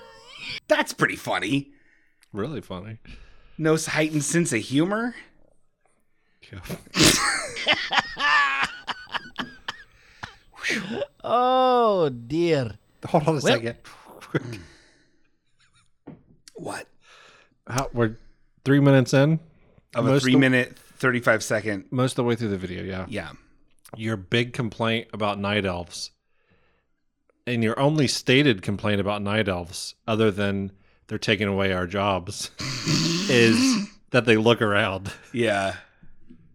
S2: That's pretty funny.
S3: Really funny.
S2: No heightened sense of humor.
S4: Oh dear.
S3: Hold on a
S4: Well-
S3: second.
S2: What?
S3: How, we're three minutes in.
S2: Of a
S3: Most
S2: three
S3: of-
S2: minute, thirty-five second.
S3: Most of the way through the video, yeah.
S2: Yeah.
S3: Your big complaint about night elves, and your only stated complaint about night elves, other than they're taking away our jobs, is that they look around.
S2: Yeah.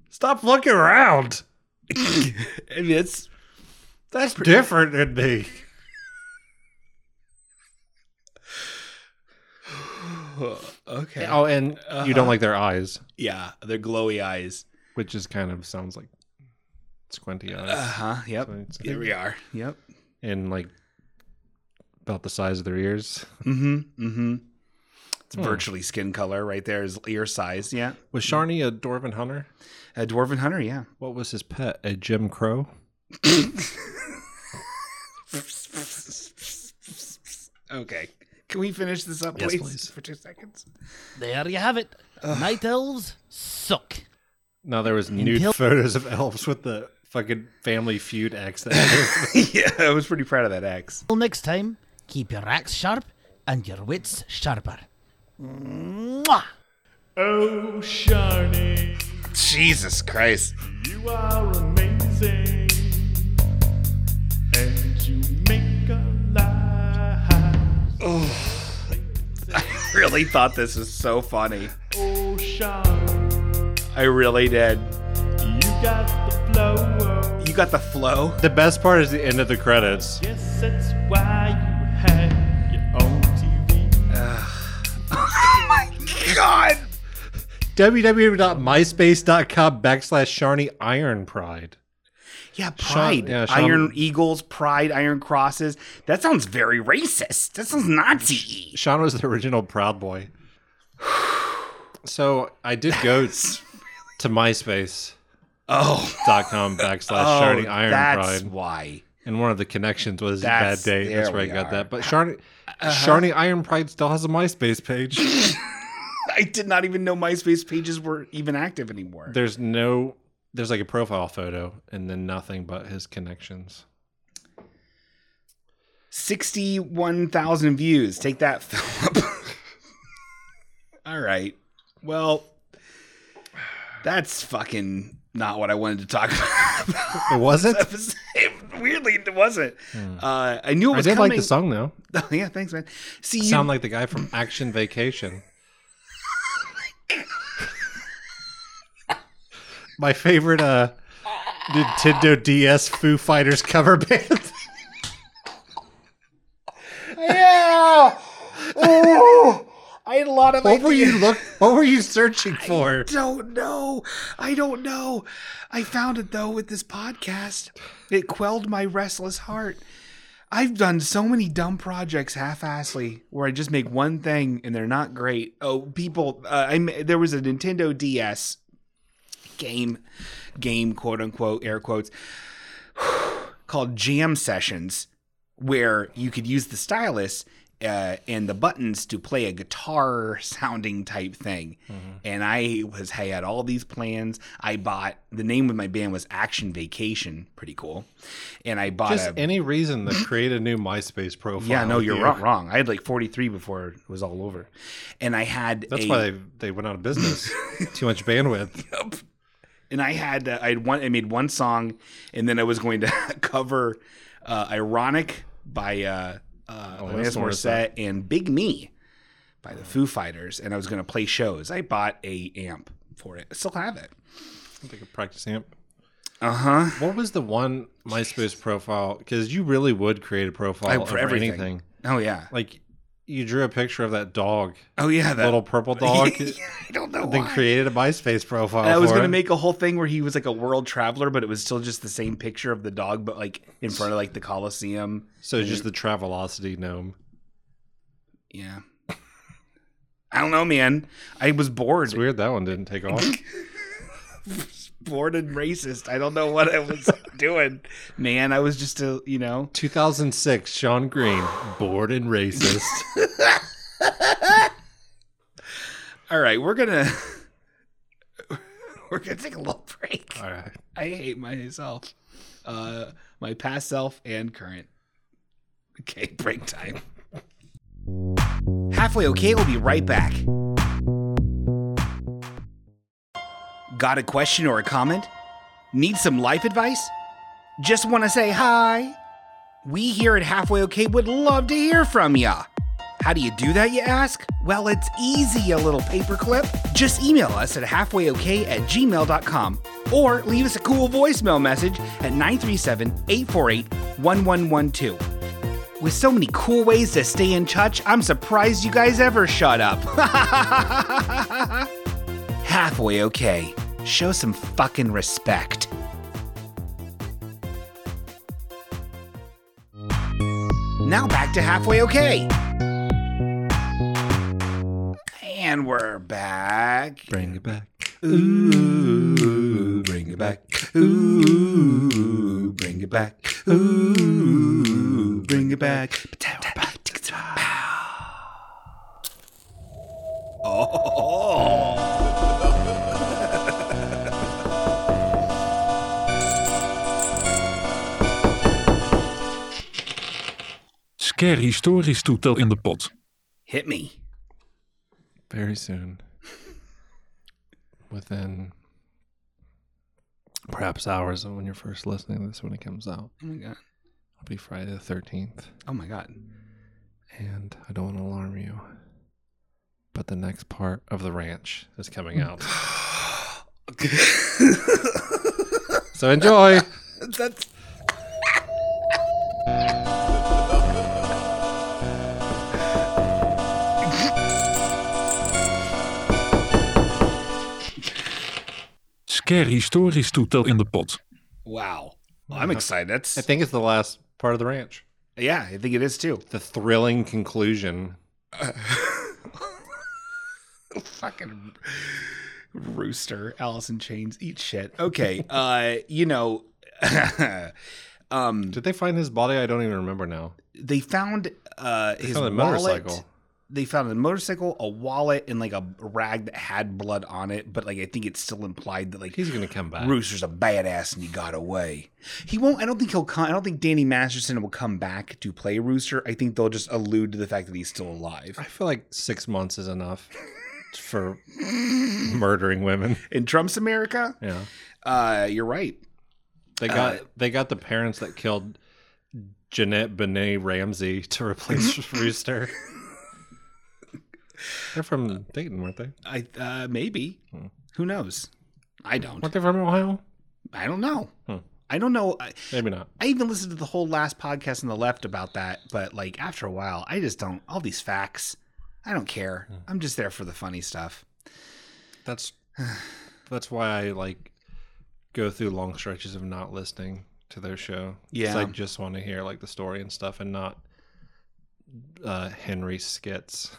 S3: Stop looking around.
S2: I mean, it's
S3: That's different than me.
S2: okay.
S3: Oh, and you
S2: Uh-huh.
S3: don't like their eyes,
S2: Yeah, they're glowy eyes.
S3: which is kind of sounds like squinty eyes.
S2: Uh huh. Yep.
S3: So it's-
S2: Here we are. Yep.
S3: and like about the size of their ears.
S2: Mm-hmm. Mm-hmm. It's
S3: Hmm.
S2: virtually skin color right there is ear size. Yeah.
S3: Was Sharni a dwarven hunter?
S2: A dwarven hunter, yeah.
S3: What was his pet? A Jim Crow?
S2: okay. Can we finish this up,
S3: Yes,
S2: please,
S3: please.
S2: for two seconds?
S4: There you have it. Night elves suck.
S3: No, there was nude
S4: Until-
S3: photos of elves with the fucking Family Feud accent.
S2: yeah, I was pretty proud of that axe.
S4: Till next time, keep your axe sharp and your wits sharper. Mwah!
S6: Oh, Sharny,
S2: Jesus Christ.
S6: you are amazing. And you make a laugh.
S2: Oh. I really thought this was so funny.
S6: Oh, Sharny,
S2: I really did.
S6: you got the flow.
S2: You got the flow.
S3: the best part is the end of the credits.
S6: Yes, that's why you have your own TV.
S2: Oh God.
S3: www.myspace.com backslash Sharni Iron Pride.
S2: Yeah, pride.
S3: yeah, Sean-
S2: Iron Eagles, pride, iron crosses. That sounds very racist. That sounds Nazi.
S3: Sean was the original Proud Boy. So I did go to myspace.com
S2: Oh,
S3: backslash
S2: oh,
S3: Sharni Iron
S2: that's
S3: Pride.
S2: why.
S3: And one of the connections was
S2: That's-
S3: bad day. That's
S2: there
S3: where I
S2: we
S3: got
S2: are. Uh-huh.
S3: that. But Sharni, Sharni Iron Pride still has a MySpace page.
S2: I did not even know MySpace pages were even active anymore.
S3: there's no, there's like a profile photo and then nothing but his connections.
S2: 61,000 views. Take that, Philip. All right. Well, that's fucking not what I wanted to talk about.
S3: It wasn't.
S2: That was- Weirdly, it wasn't. Uh, I knew it
S3: Hmm. I
S2: was
S3: did
S2: coming.
S3: like the song though.
S2: Oh, yeah, thanks, man. See, you,
S3: Sound like the guy from Action Vacation. My favorite uh, Nintendo DS Foo Fighters cover band.
S2: yeah. Oh, I had a lot of.
S3: what were you look? What were you searching for?
S2: don't know. I don't know. I found it though with this podcast. It quelled my restless heart. I've done so many dumb projects half-assedly where I just make one thing and they're not great. Oh, people, uh, I ma- there was a Nintendo DS game game quote unquote air quotes called Jam Sessions where you could use the stylus uh, and the buttons to play a guitar sounding type thing. And I was I had all these plans. I bought the name of my band was Action Vacation, pretty cool. And I bought
S3: Just
S2: a,
S3: any reason to create a new MySpace profile.
S2: yeah, no,
S3: with
S2: you're
S3: you.
S2: wrong, wrong. I had like 43 before it was all over, and I had
S3: That's
S2: a-
S3: why they, they went out of business. Too much bandwidth.
S2: and I had uh, I had one I made one song, and then I was going to cover uh, "Ironic" by uh, uh,
S3: Oh,
S2: Alanis
S3: that's
S2: Morissette and "Big Me" by the Foo Fighters, and I was going to play shows. I bought a amp for it. I still have it.
S3: Like a practice amp.
S2: Uh huh.
S3: What was the one MySpace profile? Because you really would create a
S2: I-
S3: profile
S2: for
S3: for
S2: everything.
S3: anything.
S2: Oh yeah.
S3: Like you drew a picture of that dog,
S2: Oh yeah. That
S3: little purple dog,
S2: Yeah, I don't know
S3: then
S2: why.
S3: created a MySpace profile.
S2: and I was
S3: for
S2: going to
S3: it.
S2: make a whole thing where he was like a world traveler, but it was still just the same picture of the dog, but like in front of like the Coliseum.
S3: so it's just the Travelocity gnome.
S2: Yeah. I don't know, man. I was bored.
S3: It's weird that one didn't take off.
S2: bored and racist. I don't know what I was doing, man. I was just a, you know,
S3: 2006, Sean Green, bored and racist.
S2: all right. We're gonna we're gonna take a little break.
S3: All right.
S2: I hate myself, uh, my past self and current. Okay, break time. Halfway okay. We'll be right back. Got a question or a comment? Need some life advice? Just want to say hi? We here at Halfway Okay would love to hear from ya. How do you do that, you ask? Well, it's easy, you little paperclip. Just email us at halfwayok at gmail.com or leave us a cool voicemail message at 937 848 1112. With so many cool ways to stay in touch, I'm surprised you guys ever shut up. Halfway okay. Show some fucking respect. Now back to halfway okay. And we're back.
S3: Bring it back.
S2: Ooh, bring it back. Ooh, bring it back. Ooh, bring it back. Oh.
S7: Scary Stories toetel in de pot.
S2: Hit me.
S3: Very soon. Within perhaps hours of when you're first listening to this when it comes out.
S2: Oh my god.
S3: It'll be Friday the 13th.
S2: Oh my god.
S3: And I don't want to alarm you, but the next part of The Ranch is coming out. so enjoy.
S2: That's
S7: Scary Stories toetel in de pot.
S2: wow. Well, I'm excited.
S3: I
S2: That's
S3: think it's the last part of The Ranch.
S2: yeah. I think it is too.
S3: The thrilling conclusion.
S2: fucking rooster alice in chains eat shit okay uh you know um
S3: Did they find his body? I don't even remember now.
S2: they found uh his
S3: found a
S2: wallet
S3: motorcycle.
S2: they found a motorcycle a wallet and like a rag that had blood on it but like i think it's still implied that like
S3: He's going to come back.
S2: rooster's a badass and he got away he won't i don't think he'll come i don't think danny masterson will come back to play rooster i think they'll just allude to the fact that he's still alive
S3: I feel like six months is enough for murdering women.
S2: in trump's america
S3: Yeah.
S2: uh you're right Uh,
S3: They got they got the parents that killed Jeanette Benet Ramsey to replace Rooster. They're from Dayton, weren't they?
S2: I uh, maybe.
S3: Hmm.
S2: Who knows? I don't.
S3: Weren't they from Ohio?
S2: I don't know.
S3: Hmm.
S2: I don't know. I,
S3: Maybe not.
S2: I even listened to the whole last podcast on the left about that, but like after a while, I just don't. All these facts, I don't
S3: Hmm.
S2: care. I'm just there for the funny stuff.
S3: That's that's why I like go through long stretches of not listening to their show. 'Cause
S2: Yeah.
S3: I just want to hear like the story and stuff, and not uh, Henry skits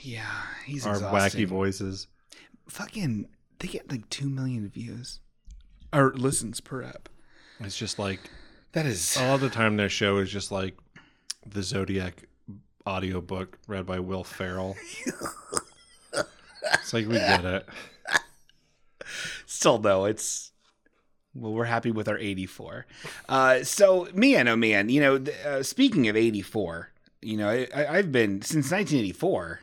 S2: Yeah, he's
S3: or
S2: exhausting.
S3: wacky voices.
S2: Fucking, they get like two million views or listens per app.
S3: It's just like
S2: That is
S3: Oh, a lot of the time their show is just like the zodiac audiobook read by Will Ferrell. it's like we get it.
S2: Still though, it's well, we're happy with our 84. Uh, so man, oh man, you know, th- uh, speaking of 84, you know, I, I, I've been since 1984.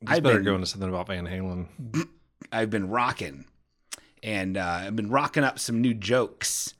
S3: This
S2: I've
S3: better
S2: been-
S3: go into something about Van Halen.
S2: I've been rocking, and uh, I've been rocking up some new jokes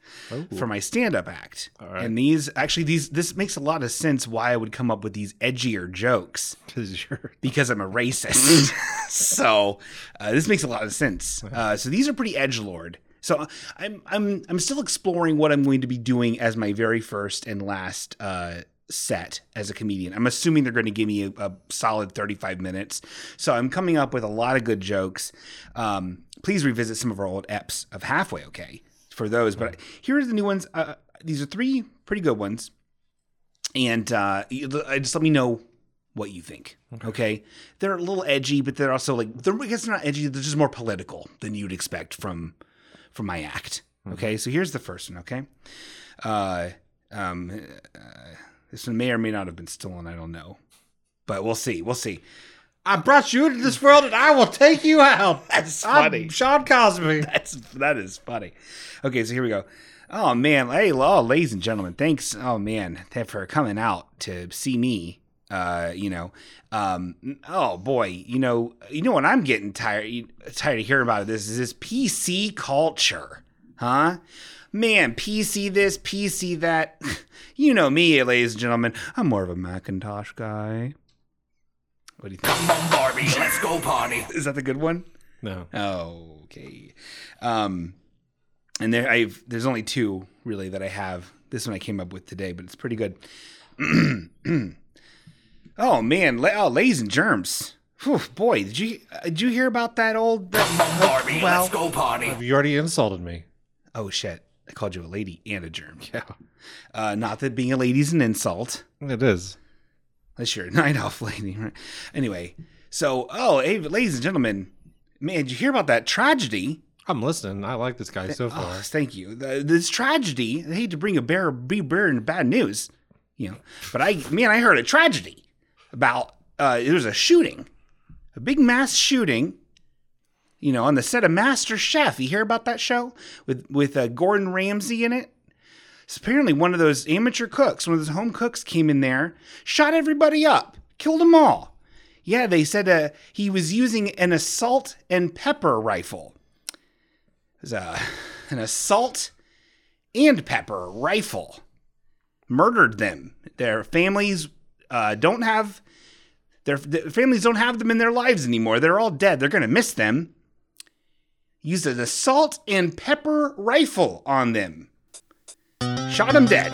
S2: for my stand-up act.
S3: Oh. All right.
S2: And these actually these this makes a lot of sense why I would come up with these edgier jokes
S3: because you're
S2: because I'm a racist. so uh, this makes a lot of sense. Uh, so these are pretty edge lord. So I'm I'm I'm still exploring what I'm going to be doing as my very first and last uh, set as a comedian. I'm assuming they're going to give me a, a solid 35 minutes. So I'm coming up with a lot of good jokes. Um, please revisit some of our old eps of halfway okay for those. But here are the new ones. Uh, these are three pretty good ones, and uh, you- uh, just let me know what you think. Okay. They're a little edgy, but they're also like they're I guess they're not edgy, they're just more political than you'd expect from from my act. Okay. So here's the first one, okay? Uh um uh, this one may or may not have been stolen, I don't know. But we'll see. We'll see.
S8: I brought you into this world and I will take you out.
S2: That's funny.
S8: I'm Sean Cosby.
S2: That's that is funny. Okay, so here we go. Oh man, hey, oh, ladies and gentlemen, thanks. Oh man, for coming out to see me. Uh, you know, um, oh boy, you know, you know what I'm getting tired tired of hearing about this is this PC culture, huh? Man, PC this, PC that. You know me, ladies and gentlemen. I'm more of a Macintosh guy. What do you think? Come on, Barbie, let's go party. Is that the good one?
S3: no.
S2: Okay. Um, and there, I've there's only two really that I have. This one I came up with today, but it's pretty good. oh man, la- oh, ladies and germs. Whew, boy, did you uh, did you hear about that old? Barbie, let's go party.
S3: You already insulted me.
S2: Oh shit! I called you a lady and a germ. Yeah. Uh, not that being a lady's an insult.
S3: It is.
S2: Unless you're a night off lady, right? Anyway, so oh, hey, ladies and gentlemen, man, did you hear about that tragedy?
S3: I'm listening. I like this guy so
S2: Oh,
S3: far.
S2: thank you. The, this tragedy. I hate to bring a bear, be bearing bad news, you know, but I, man, I heard a tragedy about. Uh, there was a shooting, a big mass shooting. You know, on the set of Master Chef. You hear about that show with with uh, Gordon Ramsay in it? So apparently, one of those amateur cooks, one of those home cooks, came in there, shot everybody up, killed them all. Yeah, they said uh, he was using an assault and pepper rifle. It was a, an assault and pepper rifle. Murdered them. Their families uh, don't have their, their families don't have them in their lives anymore. They're all dead. They're gonna miss them. Used an assault and pepper rifle on them. Shot them dead.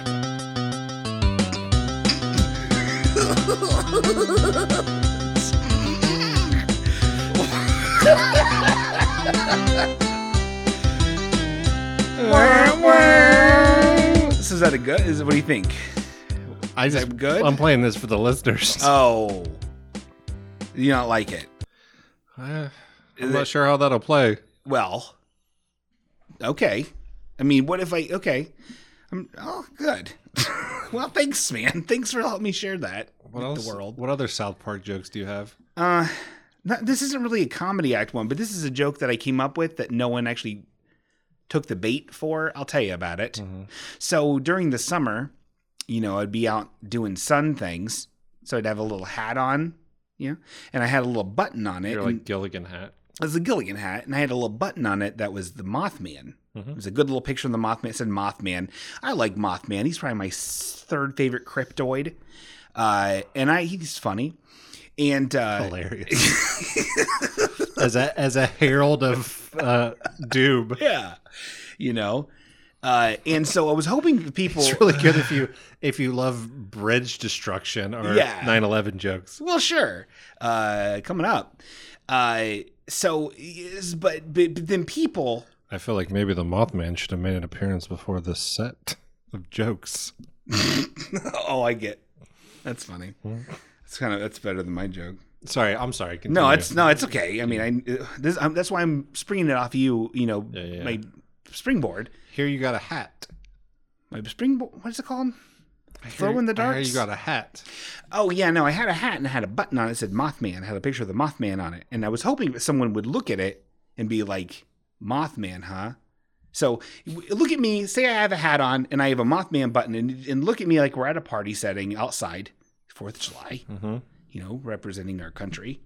S2: So is that a good? Is what do you think?
S3: I
S2: that good?
S3: I'm playing this for the listeners.
S2: Oh, you don't like it.
S3: Eh,
S2: is
S3: I'm not
S2: it-
S3: sure how that'll play.
S2: Well, okay. I mean, what if I? Okay, I'm. Oh, good. well, thanks, man. Thanks for helping me share that
S3: What
S2: with
S3: else?
S2: the world.
S3: What other South Park jokes do you have?
S2: Uh, not, this isn't really a comedy act one, but this is a joke that I came up with that no one actually took the bait for. I'll tell you about it.
S3: Mm-hmm.
S2: So during the summer, you know, I'd be out doing sun things, so I'd have a little hat on, you know, and I had a little button on it.
S3: You're
S2: and-
S3: like Gilligan hat.
S2: it was a Gilligan hat, and I had a little button on it that was the Mothman.
S3: Mm-hmm.
S2: It was a good little picture of the Mothman. It said Mothman. I like Mothman. He's probably my s- third favorite cryptoid, uh, and I he's funny. And uh,
S3: Hilarious. as a as a herald of uh, doom.
S2: yeah, you know. Uh, and so I was hoping the people.
S3: It's really good if you if you love bridge destruction or
S2: Yeah.
S3: 9/11 jokes.
S2: Well, sure. Uh, coming up. Uh, so, yes, but, but but then people
S3: I feel like maybe the Mothman should have made an appearance before this set of jokes.
S2: oh, I get. That's funny.
S3: Mm-hmm.
S2: That's kind of that's better than my joke.
S3: Sorry, I'm sorry. Continue.
S2: No, it's no, it's okay. I mean, I this i that's why I'm springing it off you. You know,
S3: Yeah, yeah.
S2: my springboard,
S3: here. You got a hat.
S2: my springboard. What is it called? Throw in the
S3: I hear
S2: darts.
S3: you got a hat.
S2: Oh yeah, no, I had a hat and it had a button on it that said Mothman. It had a picture of the Mothman on it, and I was hoping that someone would look at it and be like, "Mothman, huh?" So w- look at me. Say I have a hat on and I have a Mothman button, and, and look at me like we're at a party setting outside, Fourth of July.
S3: Mhm.
S2: You know, representing our country,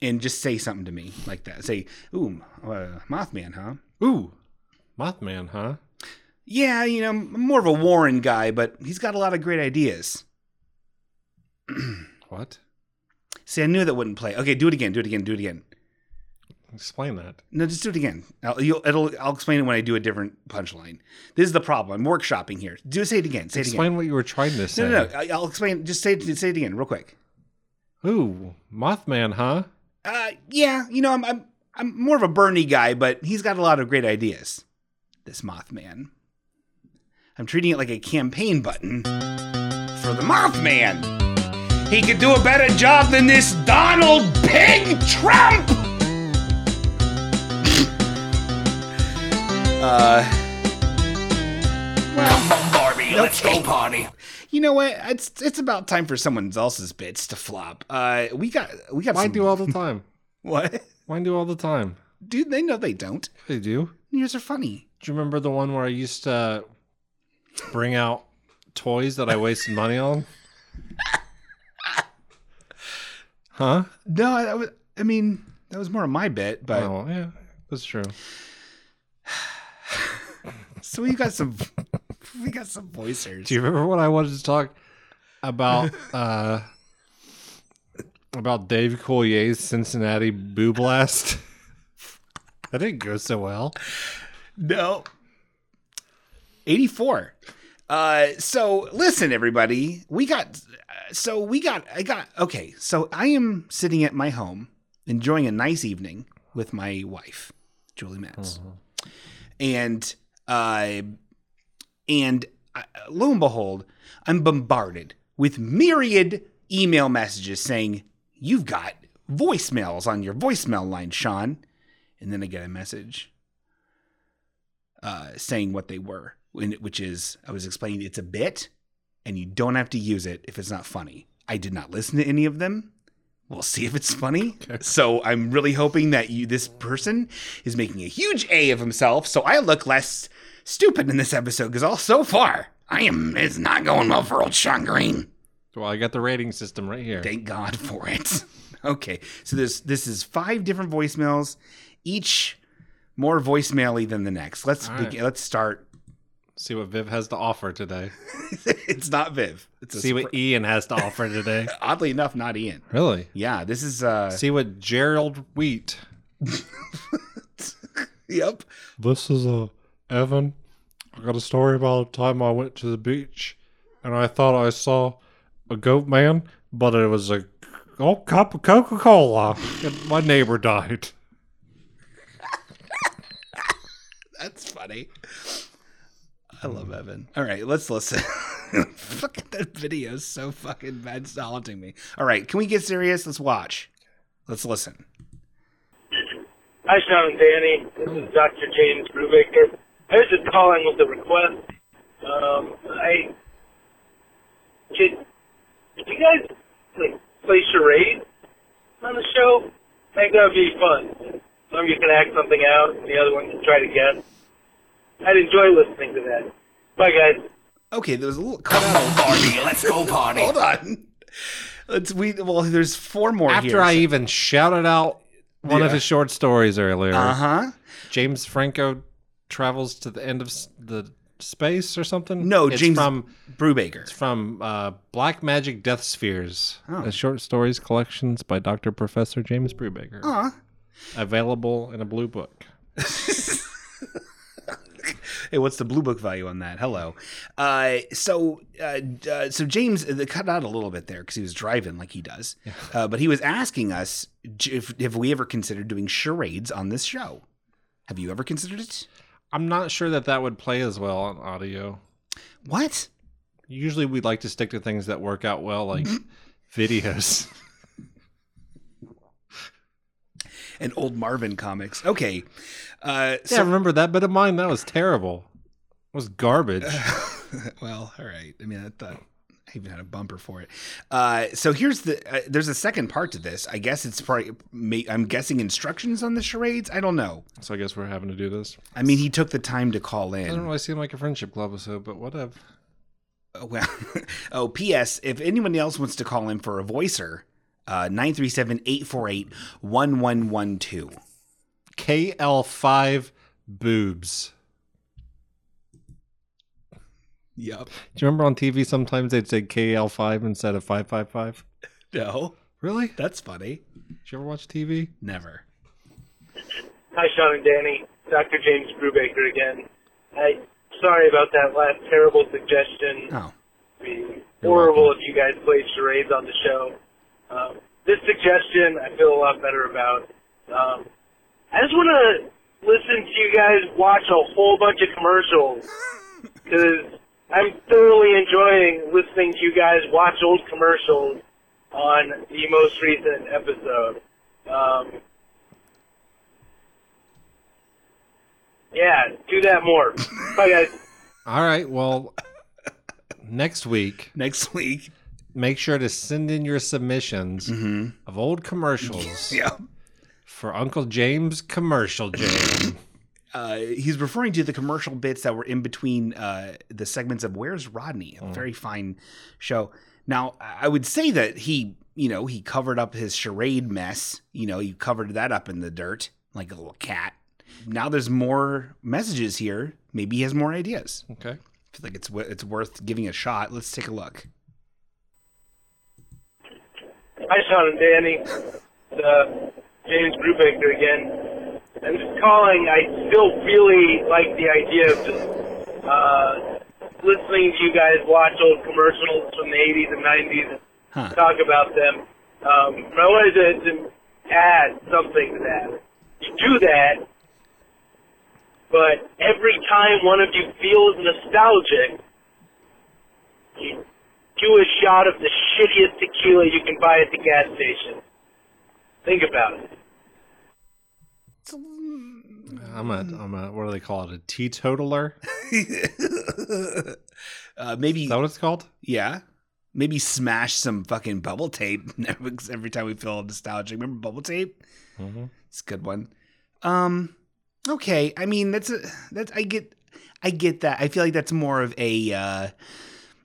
S2: and just say something to me like that. Say, "Ooh, uh, Mothman, huh?"
S3: Ooh, Mothman, huh?
S2: Yeah, you know, I'm more of a Warren guy, but he's got a lot of great ideas.
S3: What?
S2: See, I knew that wouldn't play. Okay, do it again. Do it again. Do it again.
S3: Explain that.
S2: No, just do it again. I'll, you'll, it'll, I'll explain it when I do a different punchline. This is the problem. I'm workshopping here. Do say it again. Say
S3: Explain what you were trying to
S2: it
S3: say.
S2: again. No, no, no. I- I'll explain. Just say it, say it again, real quick.
S3: Ooh, Mothman, huh?
S2: Uh, yeah, you know, I'm, I'm I'm more of a Bernie guy, but he's got a lot of great ideas. This Mothman. I'm treating it like a campaign button for the Mothman. He could do a better job than this Donald Pig Trump. uh. Well, Barbie, let's go party. You know what? It's it's about time for someone else's bits to flop. Uh, we got we got.
S3: Mine
S2: some-
S3: do all the time.
S2: what?
S3: Mine do all the time.
S2: Dude, they know they don't.
S3: They do.
S2: Yours are funny.
S3: Do you remember the one where I used to bring out toys that I wasted money on? Huh?
S2: No, I, I, was, I mean that was more of my bit, but
S3: oh, yeah, that's true.
S2: so we got some, we got some voicers.
S3: Do you remember when I wanted to talk about uh about Dave Collier's Cincinnati Boo Blast? that didn't go so well.
S2: No, eighty four. Uh, so listen, everybody, we got, uh, so we got, I got, okay, so I am sitting at my home enjoying a nice evening with my wife, Julie Metz, and uh, and uh, lo and behold, I'm bombarded with myriad email messages saying, You've got voicemails on your voicemail line, Sean. And then I get a message uh, saying what they were, and- which is, I was explaining it's a bit and you don't have to use it if it's not funny. I did not listen to any of them. We'll see if it's funny. So I'm really hoping that you, this person, is making a huge A of himself, so I look less stupid in this episode because all so far I am it's not going well for old Sean Green.
S3: Well, I got the rating system right here.
S2: Thank God for it. okay, so there's this is five different voicemails, each more voicemaily than the next. Let's
S3: All right.
S2: begin, let's start.
S3: See what Viv has to offer today.
S2: it's not Viv. It's a
S3: See what
S2: surpri-
S3: Ian has to offer today.
S2: oddly enough not Ian.
S3: Really?
S2: Yeah, this is uh
S3: See what Gerald Wheat.
S2: yep.
S3: This is a Evan. I got a story about a time I went to the beach and I thought I saw a goat man, but it was a old cup of Coca Cola. And my neighbor died.
S2: That's funny. I
S3: Hmm.
S2: love Evan. All right, let's listen. fucking that video is so fucking bad it's haunting me. All right, can we get serious? Let's watch. Let's listen.
S9: Hi, Sean and Danny. This is Dr. James Brubaker. I was just calling with a request. Um, I could, could you guys like play charades on the show? I think that would be fun. Some of you can act something out, and the other one can try to guess. I'd enjoy listening to that. Bye, guys.
S2: Okay, there was a little cut out. Party, let's go party. Hold on. Let's we well. There's four more
S3: After
S2: here.
S3: I even shouted out one of
S2: Yeah.
S3: his short stories earlier,
S2: uh huh.
S3: James Franco travels to the end of s- the space or something.
S2: No,
S3: it's
S2: James-
S3: from
S2: Brubaker.
S3: It's from uh, Black Magic Death Spheres,
S2: Oh.
S3: a short stories collections by Dr. Professor James Brubaker.
S2: Huh.
S3: Available in a blue book.
S2: Hey, what's the blue book value on that? Hello. Uh, so, uh, uh, so James uh, cut out a little bit there because he was driving like he does, uh, but he was asking us j- if have we ever considered doing charades on this show? Have you ever considered it?
S3: I'm not sure that that would play as well on audio.
S2: What?
S3: Usually we like to stick to things that work out well, like videos.
S2: And old Marvin comics. Okay. Uh,
S3: Yeah,
S2: so-
S3: remember that bit of mine? That was terrible. It was garbage.
S2: well, all right. I mean, I thought I even had a bumper for it. Uh, so here's the. Uh, there's a second part to this. I guess it's probably. ma- I'm guessing instructions on the charades. I don't know.
S3: So I guess we're having to do this.
S2: I mean, he took the time to call in.
S3: Doesn't really seem like a friendship club episode, but whatever.
S2: Oh, well, oh, P.S. If anyone else wants to call in for a voicer, uh, 937-848-1112.
S3: KL5 boobs.
S2: Yep.
S3: Do you remember on TV sometimes they'd say KL5 instead of 555?
S2: No,
S3: Really?
S2: that's funny.
S3: Did you ever watch TV?
S2: Never.
S9: Hi, Sean and Danny. Dr. James Brubaker again. I sorry about that last terrible suggestion.
S2: Oh,
S9: be horrible if you guys played charades on the show. Um, this suggestion I feel a lot better about. Um, I just want to listen to you guys watch a whole bunch of commercials because I'm thoroughly enjoying listening to you guys watch old commercials on the most recent episode. Um, yeah, do that more. Bye, guys.
S3: All right. Well, next week,
S2: next week.
S3: make sure to send in your submissions of old commercials
S2: Yep.
S3: for Uncle James Commercial James.
S2: Uh, he's referring to the commercial bits that were in between uh, the segments of "Where's Rodney," a very fine show. Now, I I would say that he, you know, he covered up his charade mess. You know, he covered that up in the dirt like a little cat. Now there's more messages here. Maybe he has more ideas.
S3: okay.
S2: I feel like it's wo- it's worth giving a shot. Let's take a look.
S9: Hi, Sean and Danny. It's, uh, James Brubaker again. I'm just calling. I still really like the idea of just uh, listening to you guys watch old commercials from the 80s and 90s and
S2: Huh.
S9: talk about them. Um, but I wanted to, to add something to that. You do that, but every time one of you feels nostalgic, you do a shot of the shittiest tequila you can buy at the gas station. Think about it.
S3: I'm a, I'm a, what do they call it? A teetotaler? Is
S2: Uh, maybe
S3: that what it's called?
S2: yeah. Maybe smash some fucking bubble tape every time we feel nostalgic. Remember bubble tape?
S3: Mhm.
S2: It's a good one. Um, okay. I mean, that's a that's I get I get that. I feel like that's more of a. Uh,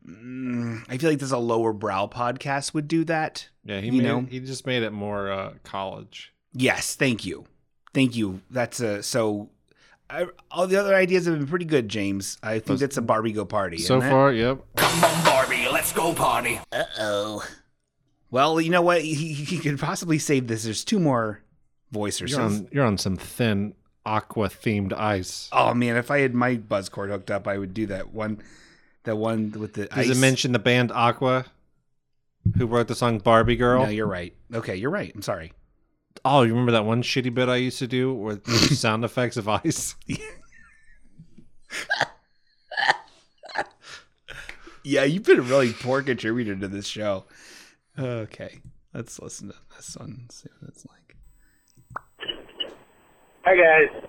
S2: mm, I feel like there's a lower brow podcast would do that.
S3: Yeah. He
S2: You
S3: made,
S2: know.
S3: He just made it more uh, college.
S2: Yes, thank you, thank you. That's a so. I, all the other ideas have been pretty good, James. I think that's a Barbie go party.
S3: So
S2: isn't it?
S3: far, yep.
S2: Well, you know what? He, he he could possibly save this. There's two more voicers.
S3: You're on, you're on some thin aqua themed ice.
S2: Oh man, if I had my buzz cord hooked up, I would do that one. That one with the
S3: Does
S2: ice.
S3: it mention the band Aqua, who wrote the song Barbie Girl?
S2: No, you're right. Okay, you're right. I'm sorry.
S3: oh, you remember that one shitty bit I used to do with the sound effects of ice?
S2: Yeah, you've been a really poor contributor to this show. Okay, let's listen to this one. See what it's like.
S9: Hi guys,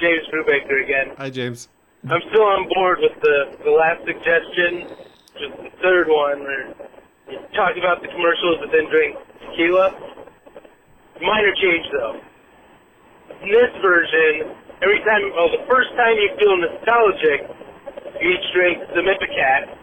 S9: James Brubaker again.
S3: Hi, James.
S9: I'm still on board with the the last suggestion, just the third one where you talk about the commercials but then drink tequila. Minor change though. In this version, every time, well, the first time you feel nostalgic, you each drink the Mipicat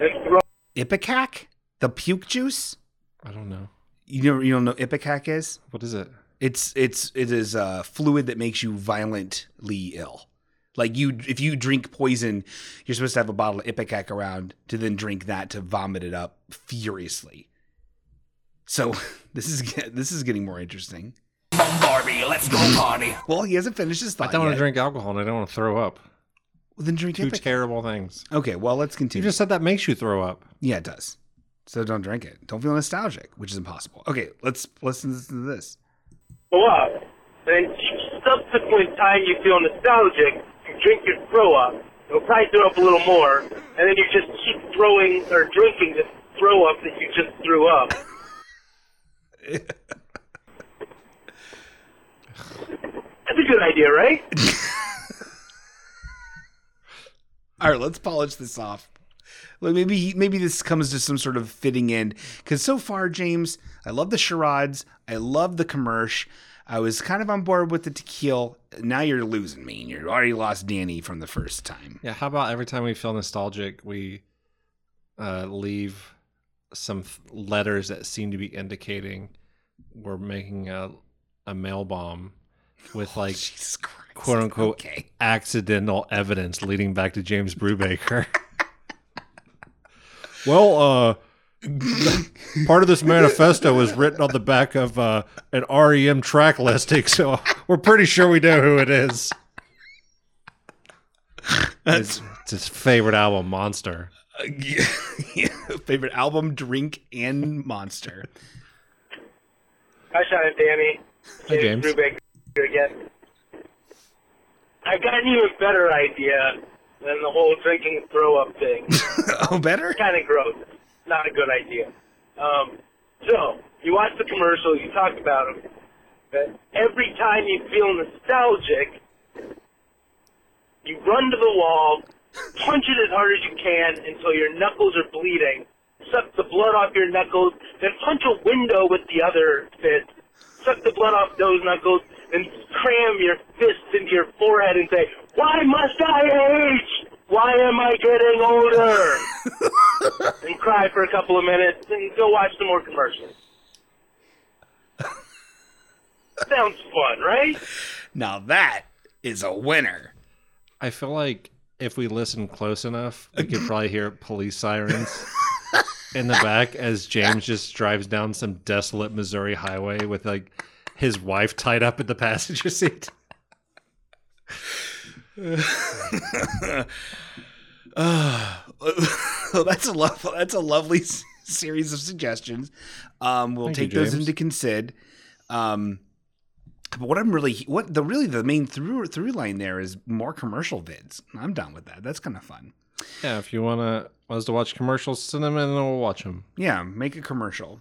S9: and throw
S2: Ipecac, the puke juice.
S3: I don't know.
S2: You know, you don't know what Ipecac is.
S3: What is it?
S2: It's it's it is a fluid that makes you violently ill. Like you, if you drink poison, you're supposed to have a bottle of Ipecac around to then drink that to vomit it up furiously. So this is get- this is getting more interesting. Barbie, let's go party. well, he hasn't finished his thought.
S3: I don't want
S2: yet.
S3: to drink alcohol and I don't want to throw up.
S2: Well, then drink
S3: Two
S2: Ipecac.
S3: terrible things.
S2: Okay, well let's
S3: You
S2: continue.
S3: just said that makes you throw up.
S2: yeah, it does. So don't drink it. Don't feel nostalgic, which is impossible. Okay, let's listen to this.
S9: throw up. Then each subsequent time you feel nostalgic, you drink your throw up. You'll probably throw up a little more, and then you just keep throwing or drinking the throw up that you just threw up. That's a good idea, right?
S2: All right, let's polish this off. Like maybe maybe this comes to some sort of fitting end because so far, James, I love the charades, I love the commersh. I was kind of on board with the tequila. Now you're losing me, and you already lost Danny from the first time.
S3: Yeah, how about every time we feel nostalgic, we uh, leave some f- letters that seem to be indicating we're making a, a mail bomb with like
S2: Jesus Christ.
S3: quote unquote
S2: Okay.
S3: accidental evidence leading back to James Brubaker. well, uh, part of this manifesto was written on the back of uh, an REM track listing, so we're pretty sure we know who it is. It's, it's his favorite album, Monster.
S2: Uh, Favorite album, Drink and Monster.
S9: Hi, Sean and Danny.
S3: Hi, James.
S9: Brubaker here again. I got an even better idea than the whole drinking and throw up thing.
S2: oh, better?
S9: kind of gross. Not a good idea. Um, so, you watch the commercial, you talk about them. But every time you feel nostalgic, you run to the wall, punch it as hard as you can until your knuckles are bleeding, suck the blood off your knuckles, then punch a window with the other fist, suck the blood off those knuckles, then cram your fists into your forehead and say, Why must I age? Why am I getting older? and cry for a couple of minutes and go watch some more commercials. Sounds fun, right?
S2: Now that is a winner.
S3: I feel like if we listen close enough, we could probably hear police sirens in the back as James just drives down some desolate Missouri highway with like his wife tied up in the passenger seat.
S2: well, that's a love. That's a lovely s- series of suggestions. Um, we'll
S3: Thank you,
S2: take those
S3: James.
S2: into consid. Um, but what I'm really what the really the main through through line there is more commercial vids. I'm done with that. That's kind of fun.
S3: Yeah, if you want to us to watch commercials, send them in and we'll watch them.
S2: Yeah, make a commercial.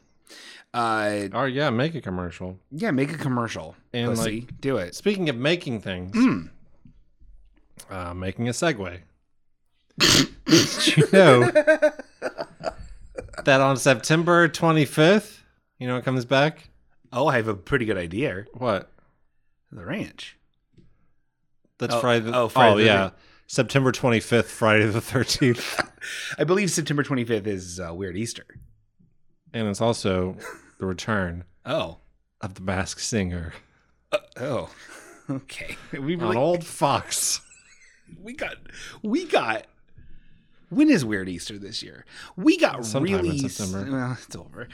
S2: Uh,
S3: Or yeah, make a commercial.
S2: yeah, make a commercial.
S3: And,
S2: Pussy. do it.
S3: Speaking of making things, uh, making a segue. Did you know that on September 25th, you know, it comes back?
S2: Oh, I have a pretty good idea.
S3: What?
S2: The ranch.
S3: That's
S2: Oh,
S3: Friday. The,
S2: oh, Friday the
S3: yeah, September twenty fifth, Friday the thirteenth,
S2: I believe September 25th is uh, Weird Easter.
S3: and it's also the return
S2: Oh,
S3: of the Masked Singer
S2: oh, okay. We
S3: on
S2: really
S3: Old Fox.
S2: we got we got when is weird easter this year we got
S3: Sometime in
S2: really s-
S3: September.
S2: well it's over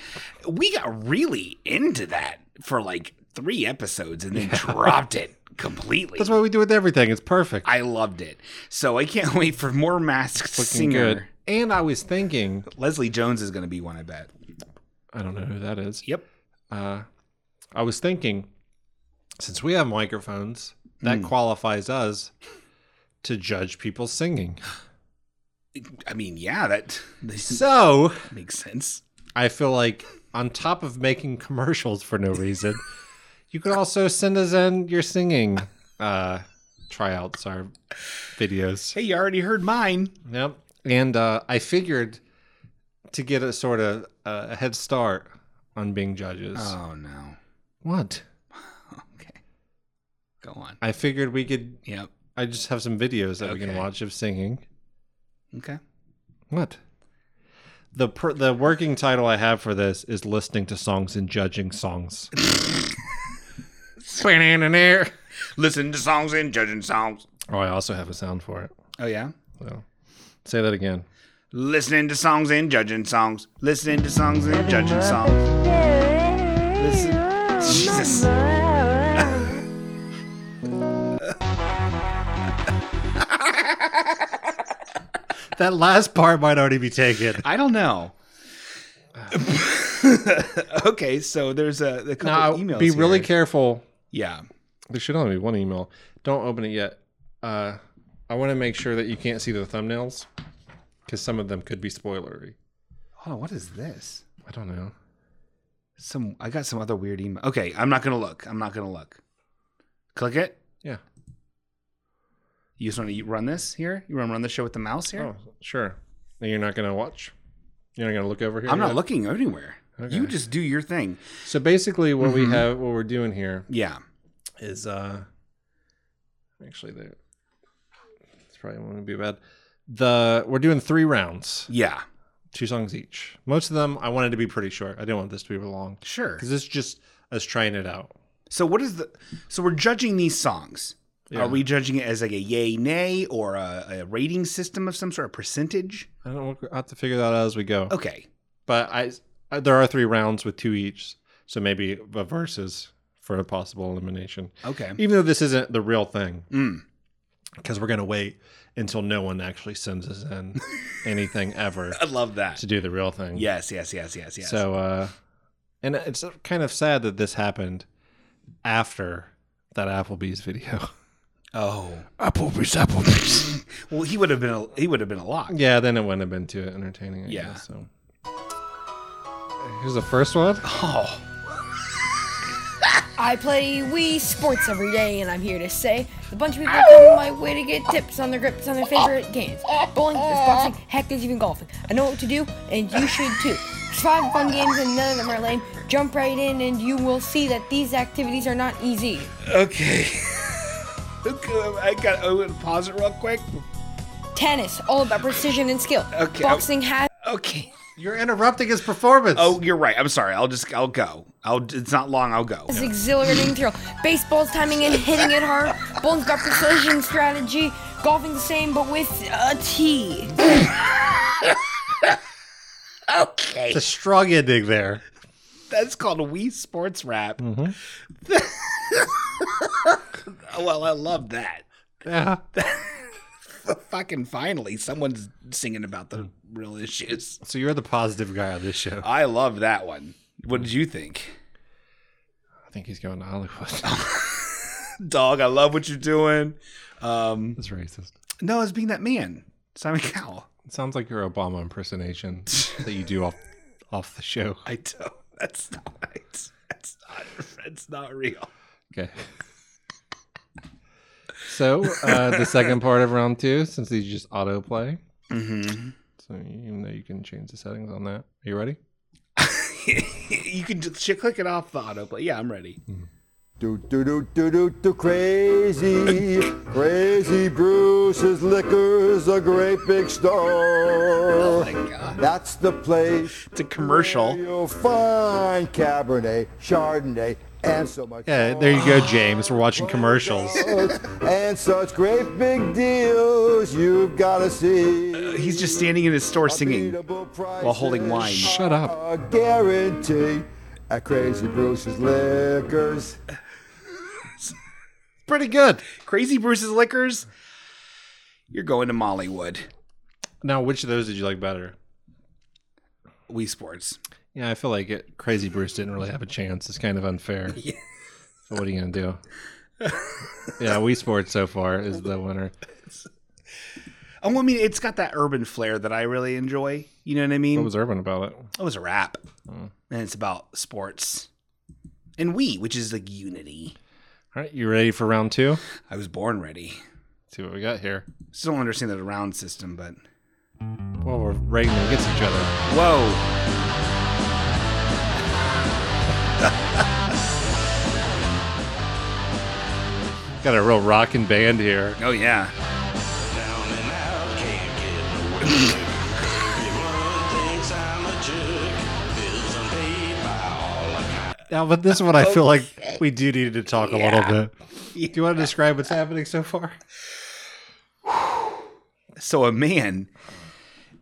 S2: we got really into that for like three episodes and then dropped it completely
S3: That's what we do with everything. It's perfect.
S2: i loved it so i can't wait for more masked singer
S3: And I was thinking,
S2: leslie jones is going to be one i bet
S3: I don't know who that is.
S2: Yep.
S3: Uh, I was thinking, since we have microphones, that
S2: Mm.
S3: qualifies us to judge people singing.
S2: i mean yeah that, that
S3: So
S2: makes sense
S3: I feel like on top of making commercials for no reason, you can also send us in your singing uh tryouts our videos.
S2: hey you already heard mine
S3: Yep. And uh I figured to get a sort of uh, a head start on being judges.
S2: oh no
S3: What?
S2: okay go on
S3: I figured we could
S2: yep
S3: I just have some videos that we can
S2: Okay.
S3: watch of singing.
S2: okay
S3: What? The per- the working title I have for this is listening to songs and judging songs.
S2: listen to songs and judging songs
S3: Oh, I also have a sound for it.
S2: oh yeah
S3: So say that again.
S2: Listening to songs and judging songs. Listening to songs and judging songs. Listen. Jesus.
S3: That last part might already be taken.
S2: I don't know. okay, so there's a, a couple
S3: Now,
S2: emails.
S3: be really
S2: here.
S3: careful.
S2: yeah.
S3: There should only be one email. Don't open it yet. Uh, I want to make sure that you can't see the thumbnails because some of them could be spoilery.
S2: Hold on, what is this?
S3: I don't know.
S2: Some I got some other weird email. Okay, I'm not gonna look. I'm not gonna look. Click it.
S3: Yeah.
S2: You just want to run this here? You want to run the show with the mouse here?
S3: Oh, sure. Now you're not gonna watch. You're not gonna look over here.
S2: I'm not
S3: yet?
S2: looking anywhere. You just do your thing.
S3: So basically, what
S2: Mm-hmm.
S3: we have, what we're doing here,
S2: Yeah.
S3: is uh actually the it's probably won't be bad. The we're doing three rounds,
S2: Yeah.
S3: two songs each. Most of them I wanted to be pretty short. I didn't want this to be long
S2: Sure.
S3: because it's just us trying it out.
S2: So what is the so we're judging these songs?
S3: Yeah.
S2: Are we judging it as like a yay nay or a, a rating system of some sort, a percentage?
S3: I don't. We'll have to figure that out as we go.
S2: Okay.
S3: But I, I there are three rounds with two each, so maybe a versus for a possible elimination.
S2: Okay.
S3: Even though this isn't the real thing,
S2: Mm.
S3: because we're gonna wait until no one actually sends us in anything ever
S2: I love that.
S3: to do the real thing.
S2: Yes, yes, yes, yes, yes.
S3: So, uh, and it's kind of sad that this happened after that Applebee's video.
S2: oh.
S1: Applebee's, Applebee's.
S2: Well, he would have been a, he would have been a lock.
S3: yeah, then it wouldn't have been too entertaining. I
S2: Yeah.
S3: Guess, so here's the first one.
S10: I play Wii Sports every day, and I'm here to say a bunch of people come my way to get tips on their grips on their favorite games. Bowling, there's boxing, heck, there's even golfing. I know what to do, and you should too. There's five fun games, and none of them are lame. Jump right in, and you will see that these activities are not easy.
S2: Okay. okay. I got. I'm gonna pause it real quick.
S10: Tennis, all about precision and skill.
S2: Okay, I'm-
S10: Boxing has
S2: Okay.
S3: You're interrupting his performance.
S2: Oh, you're right. I'm sorry. I'll just. I'll go. I'll. It's not long. I'll go.
S10: is exhilarating thrill. Baseball's timing and hitting it hard. Bowling's got precision strategy. Golfing the same, but with a T.
S2: Okay.
S3: it's a strong ending there.
S2: That's called a Wii Sports Rap. well, I love that.
S3: Yeah.
S2: Fucking finally, someone's singing about the real issues.
S3: So you're the positive guy on this show.
S2: I love that one. What did you think?
S3: I think he's going to Hollywood.
S2: Dog, I love what you're doing. Um,
S3: That's racist.
S2: no, it's being that man, Simon Cowell.
S3: It sounds like your Obama impersonation that you do off off the show.
S2: I don't. That's not right. That's not. That's not real.
S3: Okay. So uh, the second part of round two, since these just autoplay,
S2: Mm-hmm.
S3: so even though you can change the settings on that, are you ready?
S2: you can just sh- click it off the autoplay. Yeah, I'm ready.
S11: Do do do do do do crazy, crazy Bruce's liquor's a great big
S2: Oh
S11: store.
S2: my god,
S11: That's the place
S2: it's a
S11: where
S2: commercial.
S11: you'll find Cabernet, Chardonnay, and so much.
S3: Yeah, there you go, James. We're watching commercials.
S11: more. and such great big deals you've got to see.
S2: He's just standing in his store singing.
S11: while
S2: holding wine.
S3: Shut up.
S11: A guarantee at Crazy Bruce's Liquors.
S3: Pretty good.
S2: Crazy Bruce's Liquors. You're going to Mollywood.
S3: Now, which of those did you like better?
S2: Wii Sports.
S3: Yeah, I feel like it, Crazy Bruce didn't really have a chance. It's kind of unfair. So what are you gonna do? yeah, Wii Sports so far is the winner.
S2: Oh, I mean, it's got that urban flair that I really enjoy. You know what I mean?
S3: What was Mm. Urban about it?
S2: it was a rap, and it's about sports and we, which is like unity.
S3: All right, you ready for round two?
S2: I was born ready.
S3: see what we got here.
S2: Still don't understand the round system, but
S3: Well, we're rating them against each other.
S2: whoa.
S3: Got a real rockin' band here.
S2: Oh yeah.
S3: Now, but this one, I feel like we do need to talk a
S2: Oh, Yeah.
S3: little bit. Do you want to describe what's happening so far?
S2: so a man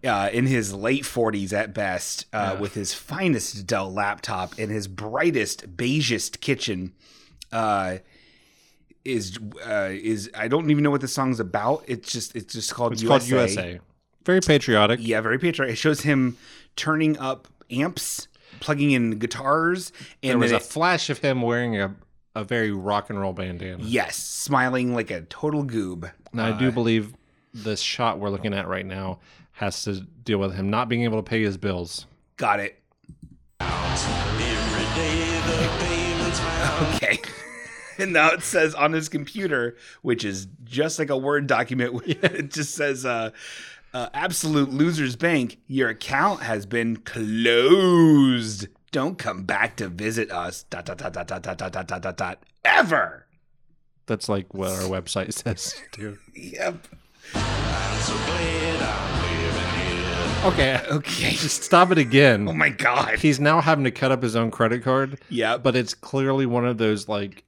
S2: uh, in his late 40s at best uh, with his finest dell laptop and his brightest beigest kitchen uh, is uh, is i don't even know what the song's about it's just it's just called,
S3: It's
S2: USA.
S3: called USA. Very patriotic.
S2: yeah very patriotic it shows him turning up amps plugging in guitars and
S3: There was
S2: then
S3: a
S2: it-
S3: flash of him wearing a, a very rock and roll bandana.
S2: yes smiling like a total goob
S3: Now, I
S2: Uh,
S3: do believe this shot we're looking at right now has to deal with him not being able to pay his bills.
S2: got it Okay. And now it says on his computer, which is just like a Word document, it just says uh, Uh, Absolute Losers Bank, your account has been closed. Don't come back to visit us. Dot dot dot dot dot dot dot dot dot dot dot ever.
S3: That's like what our website says, too.
S2: Yep.
S3: Okay.
S2: Okay.
S3: Just stop it again.
S2: Oh my god.
S3: He's now having to cut up his own credit card.
S2: Yeah.
S3: But it's clearly one of those like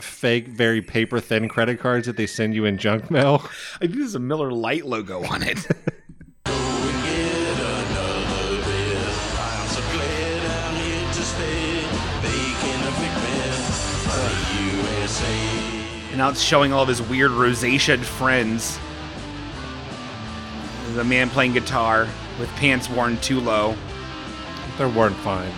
S3: fake, very paper thin credit cards that they send you in junk mail.
S2: I think there's a Miller Light logo on it. And now it's showing all of his weird rosaceaed friends. There's a man playing guitar with pants worn too low.
S3: They're weren't fine.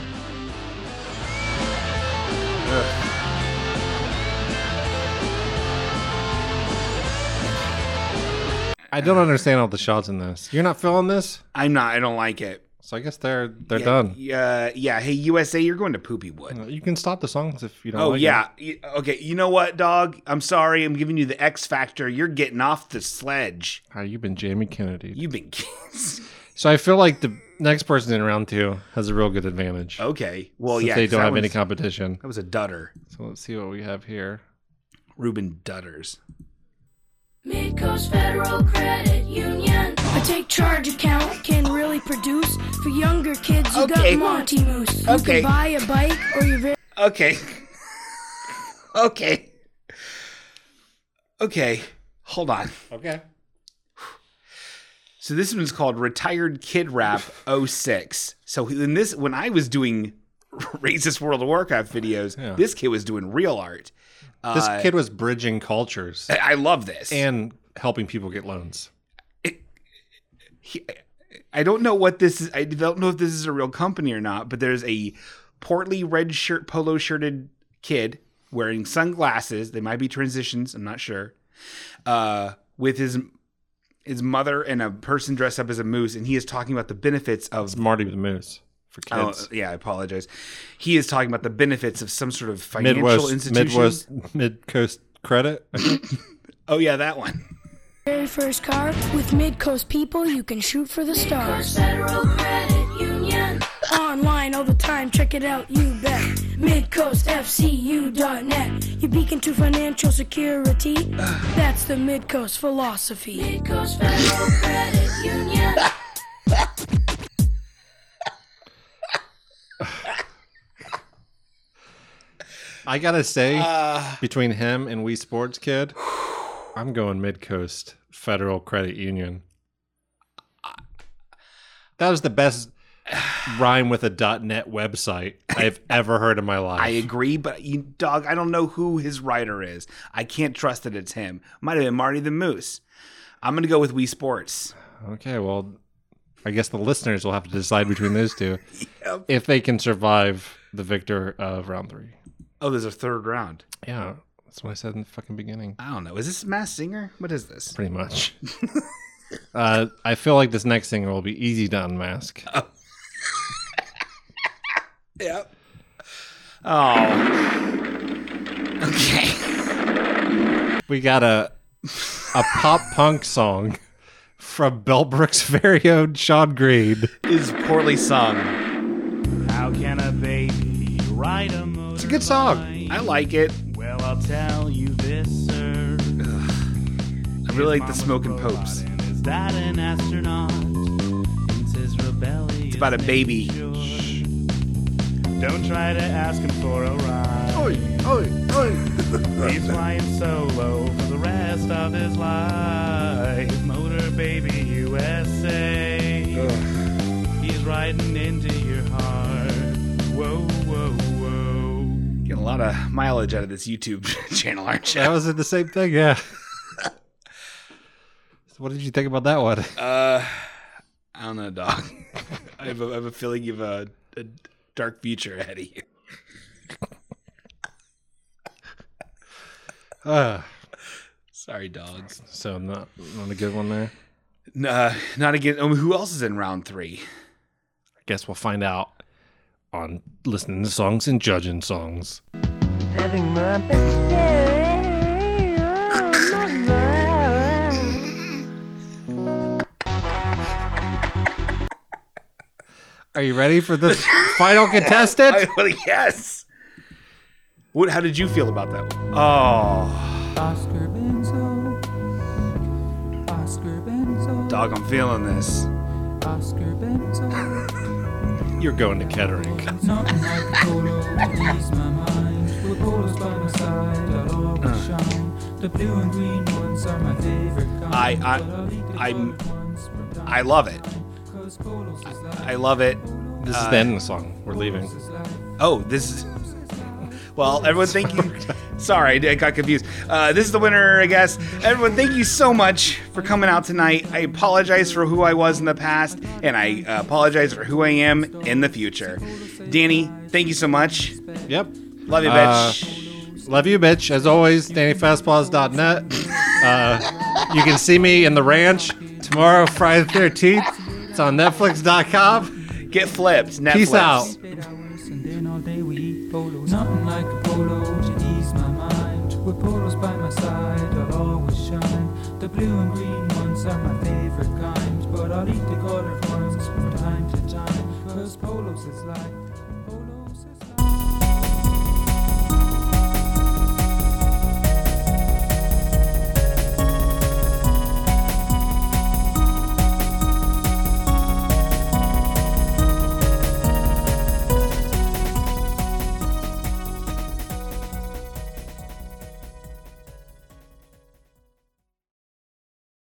S3: I don't understand all the shots in this. You're not feeling this?
S2: I'm not. I don't like it.
S3: So I guess they're they're
S2: yeah,
S3: done.
S2: Yeah, yeah. Hey, USA, you're going to Poopy Wood.
S3: You can stop the songs if you don't
S2: Oh
S3: like
S2: yeah. Y- Okay. You know what, dog? I'm sorry. I'm giving you the X factor. You're getting off the sledge.
S3: it. How you been Jamie Kennedy?
S2: You've been.
S3: So I feel like the next person in round two has a real good advantage.
S2: okay. Oh, Well,
S3: since
S2: yeah.
S3: they
S2: 'cause
S3: don't
S2: that
S3: have any
S2: one's-
S3: competition.
S2: That was a dutter.
S3: So let's see what we have here.
S2: Ruben Dutters.
S12: Midcoast Federal Credit Union. A take charge account can really produce for younger kids. You
S2: Okay.
S12: got Monty Moose. You
S2: Okay.
S12: can buy a bike or your very
S2: Okay. okay. Okay. Hold on.
S3: Okay.
S2: So this one's called Retired Kid Rap 06. So in this, when I was doing racist World of Warcraft videos,
S3: Yeah.
S2: this kid was doing real art.
S3: This
S2: Uh,
S3: kid was bridging cultures
S2: I I love this.
S3: and helping people get loans.
S2: I don't know what this is. I don't know if this is a real company or not, but there's a portly red shirt, polo shirted kid wearing sunglasses. They might be transitions. I'm not sure. Uh, with his his mother and a person dressed up as a moose, and he is talking about the benefits of
S3: It's Marty the Moose for
S2: Oh,
S3: kids.
S2: yeah, I apologize. He is talking about the benefits of some sort of financial
S3: Midwest,
S2: institution.
S3: Midwest, Mid Coast Credit.
S2: Oh yeah, that one.
S12: very first car. With Midcoast people, you can shoot for the stars.
S13: Federal Credit Union.
S12: Online all the time, check it out, you bet. MidcoastFCU.net. You beacon to financial security. That's the Midcoast philosophy.
S13: Midcoast Federal Credit Union.
S3: I gotta say,
S2: Uh,
S3: between him and Wii Sports Kid, I'm going Mid Coast Federal Credit Union. That was the best rhyme with a .net website I've ever heard in my life.
S2: I agree, but you dog, I don't know who his writer is. I can't trust that it's him. Might have been Marty the Moose. I'm gonna go with Wii Sports.
S3: Okay, well, I guess the listeners will have to decide between those two if they can survive the victor of round three.
S2: Oh, there's a third round.
S3: Yeah, that's what I said in the fucking beginning.
S2: I don't know. Is this Mass Singer? What is this?
S3: Pretty much. uh, I feel like this next singer will be easy to unmask.
S2: Yep. Oh. Okay.
S3: We got a a pop punk song from Bellbrook's very own Sean Green.
S2: Is poorly sung.
S6: How can a baby ride a motorbike? It's
S3: a good song.
S2: I like it.
S6: Well, I'll tell you this, sir.
S2: I really like the smoking popes.
S6: Is that an astronaut? It's his rebellion.
S2: It's about a baby.
S6: Don't try to ask him for a ride. Oi, oi, oi. He's flying solo for the rest of his life. Motor Baby USA. He's riding into your heart. Whoa, whoa, whoa.
S2: Getting a lot of mileage out of this YouTube channel, aren't you?
S3: That was the same thing, yeah. what did you think about that one?
S2: Uh, I don't know, dog. I have a, I have a feeling you have a, a dark future ahead of you.
S3: Uh,
S2: Sorry, dogs.
S3: so not not a good one there.
S2: Nah, not again. I mean, who else is in round three?
S3: I guess we'll find out on listening to songs and judging songs.
S13: Having my best day of my life.
S3: Are you ready for this final contestant?
S2: yes. What? How did you feel about that? One? Oh,
S9: Oscar Benzo. Oscar Benzo.
S2: dog, I'm feeling this.
S9: Oscar Benzo.
S14: You're going to Kettering.
S9: Nothing like the photo ease my mind. With photos by my side, I'll always shine. The blue and green ones are my favorite kind.
S2: I, I, I'm, I love it. I, I love it.
S14: This is the end of the song. We're leaving.
S2: Oh, this is. Well, everyone, thank you. Sorry, I got confused. Uh, this is the winner, I guess. Everyone, thank you so much for coming out tonight. I apologize for who I was in the past, and I uh, apologize for who I am in the future. Danny, thank you so much.
S3: Yep.
S2: Love you, bitch.
S3: Uh, love you, bitch. As always, DannyFastpaws.net. Uh, you can see me in the ranch tomorrow, Friday the 13th. It's on Netflix.com.
S2: Get flipped.
S3: Peace
S2: Netflix.
S3: out.
S9: And then all day we eat polos. Nothing like a polo to ease my mind. With polos by my side, I'll always shine. The blue and green ones are my favorite kind. But I'll eat the colored ones from time to time. Cause polos is life.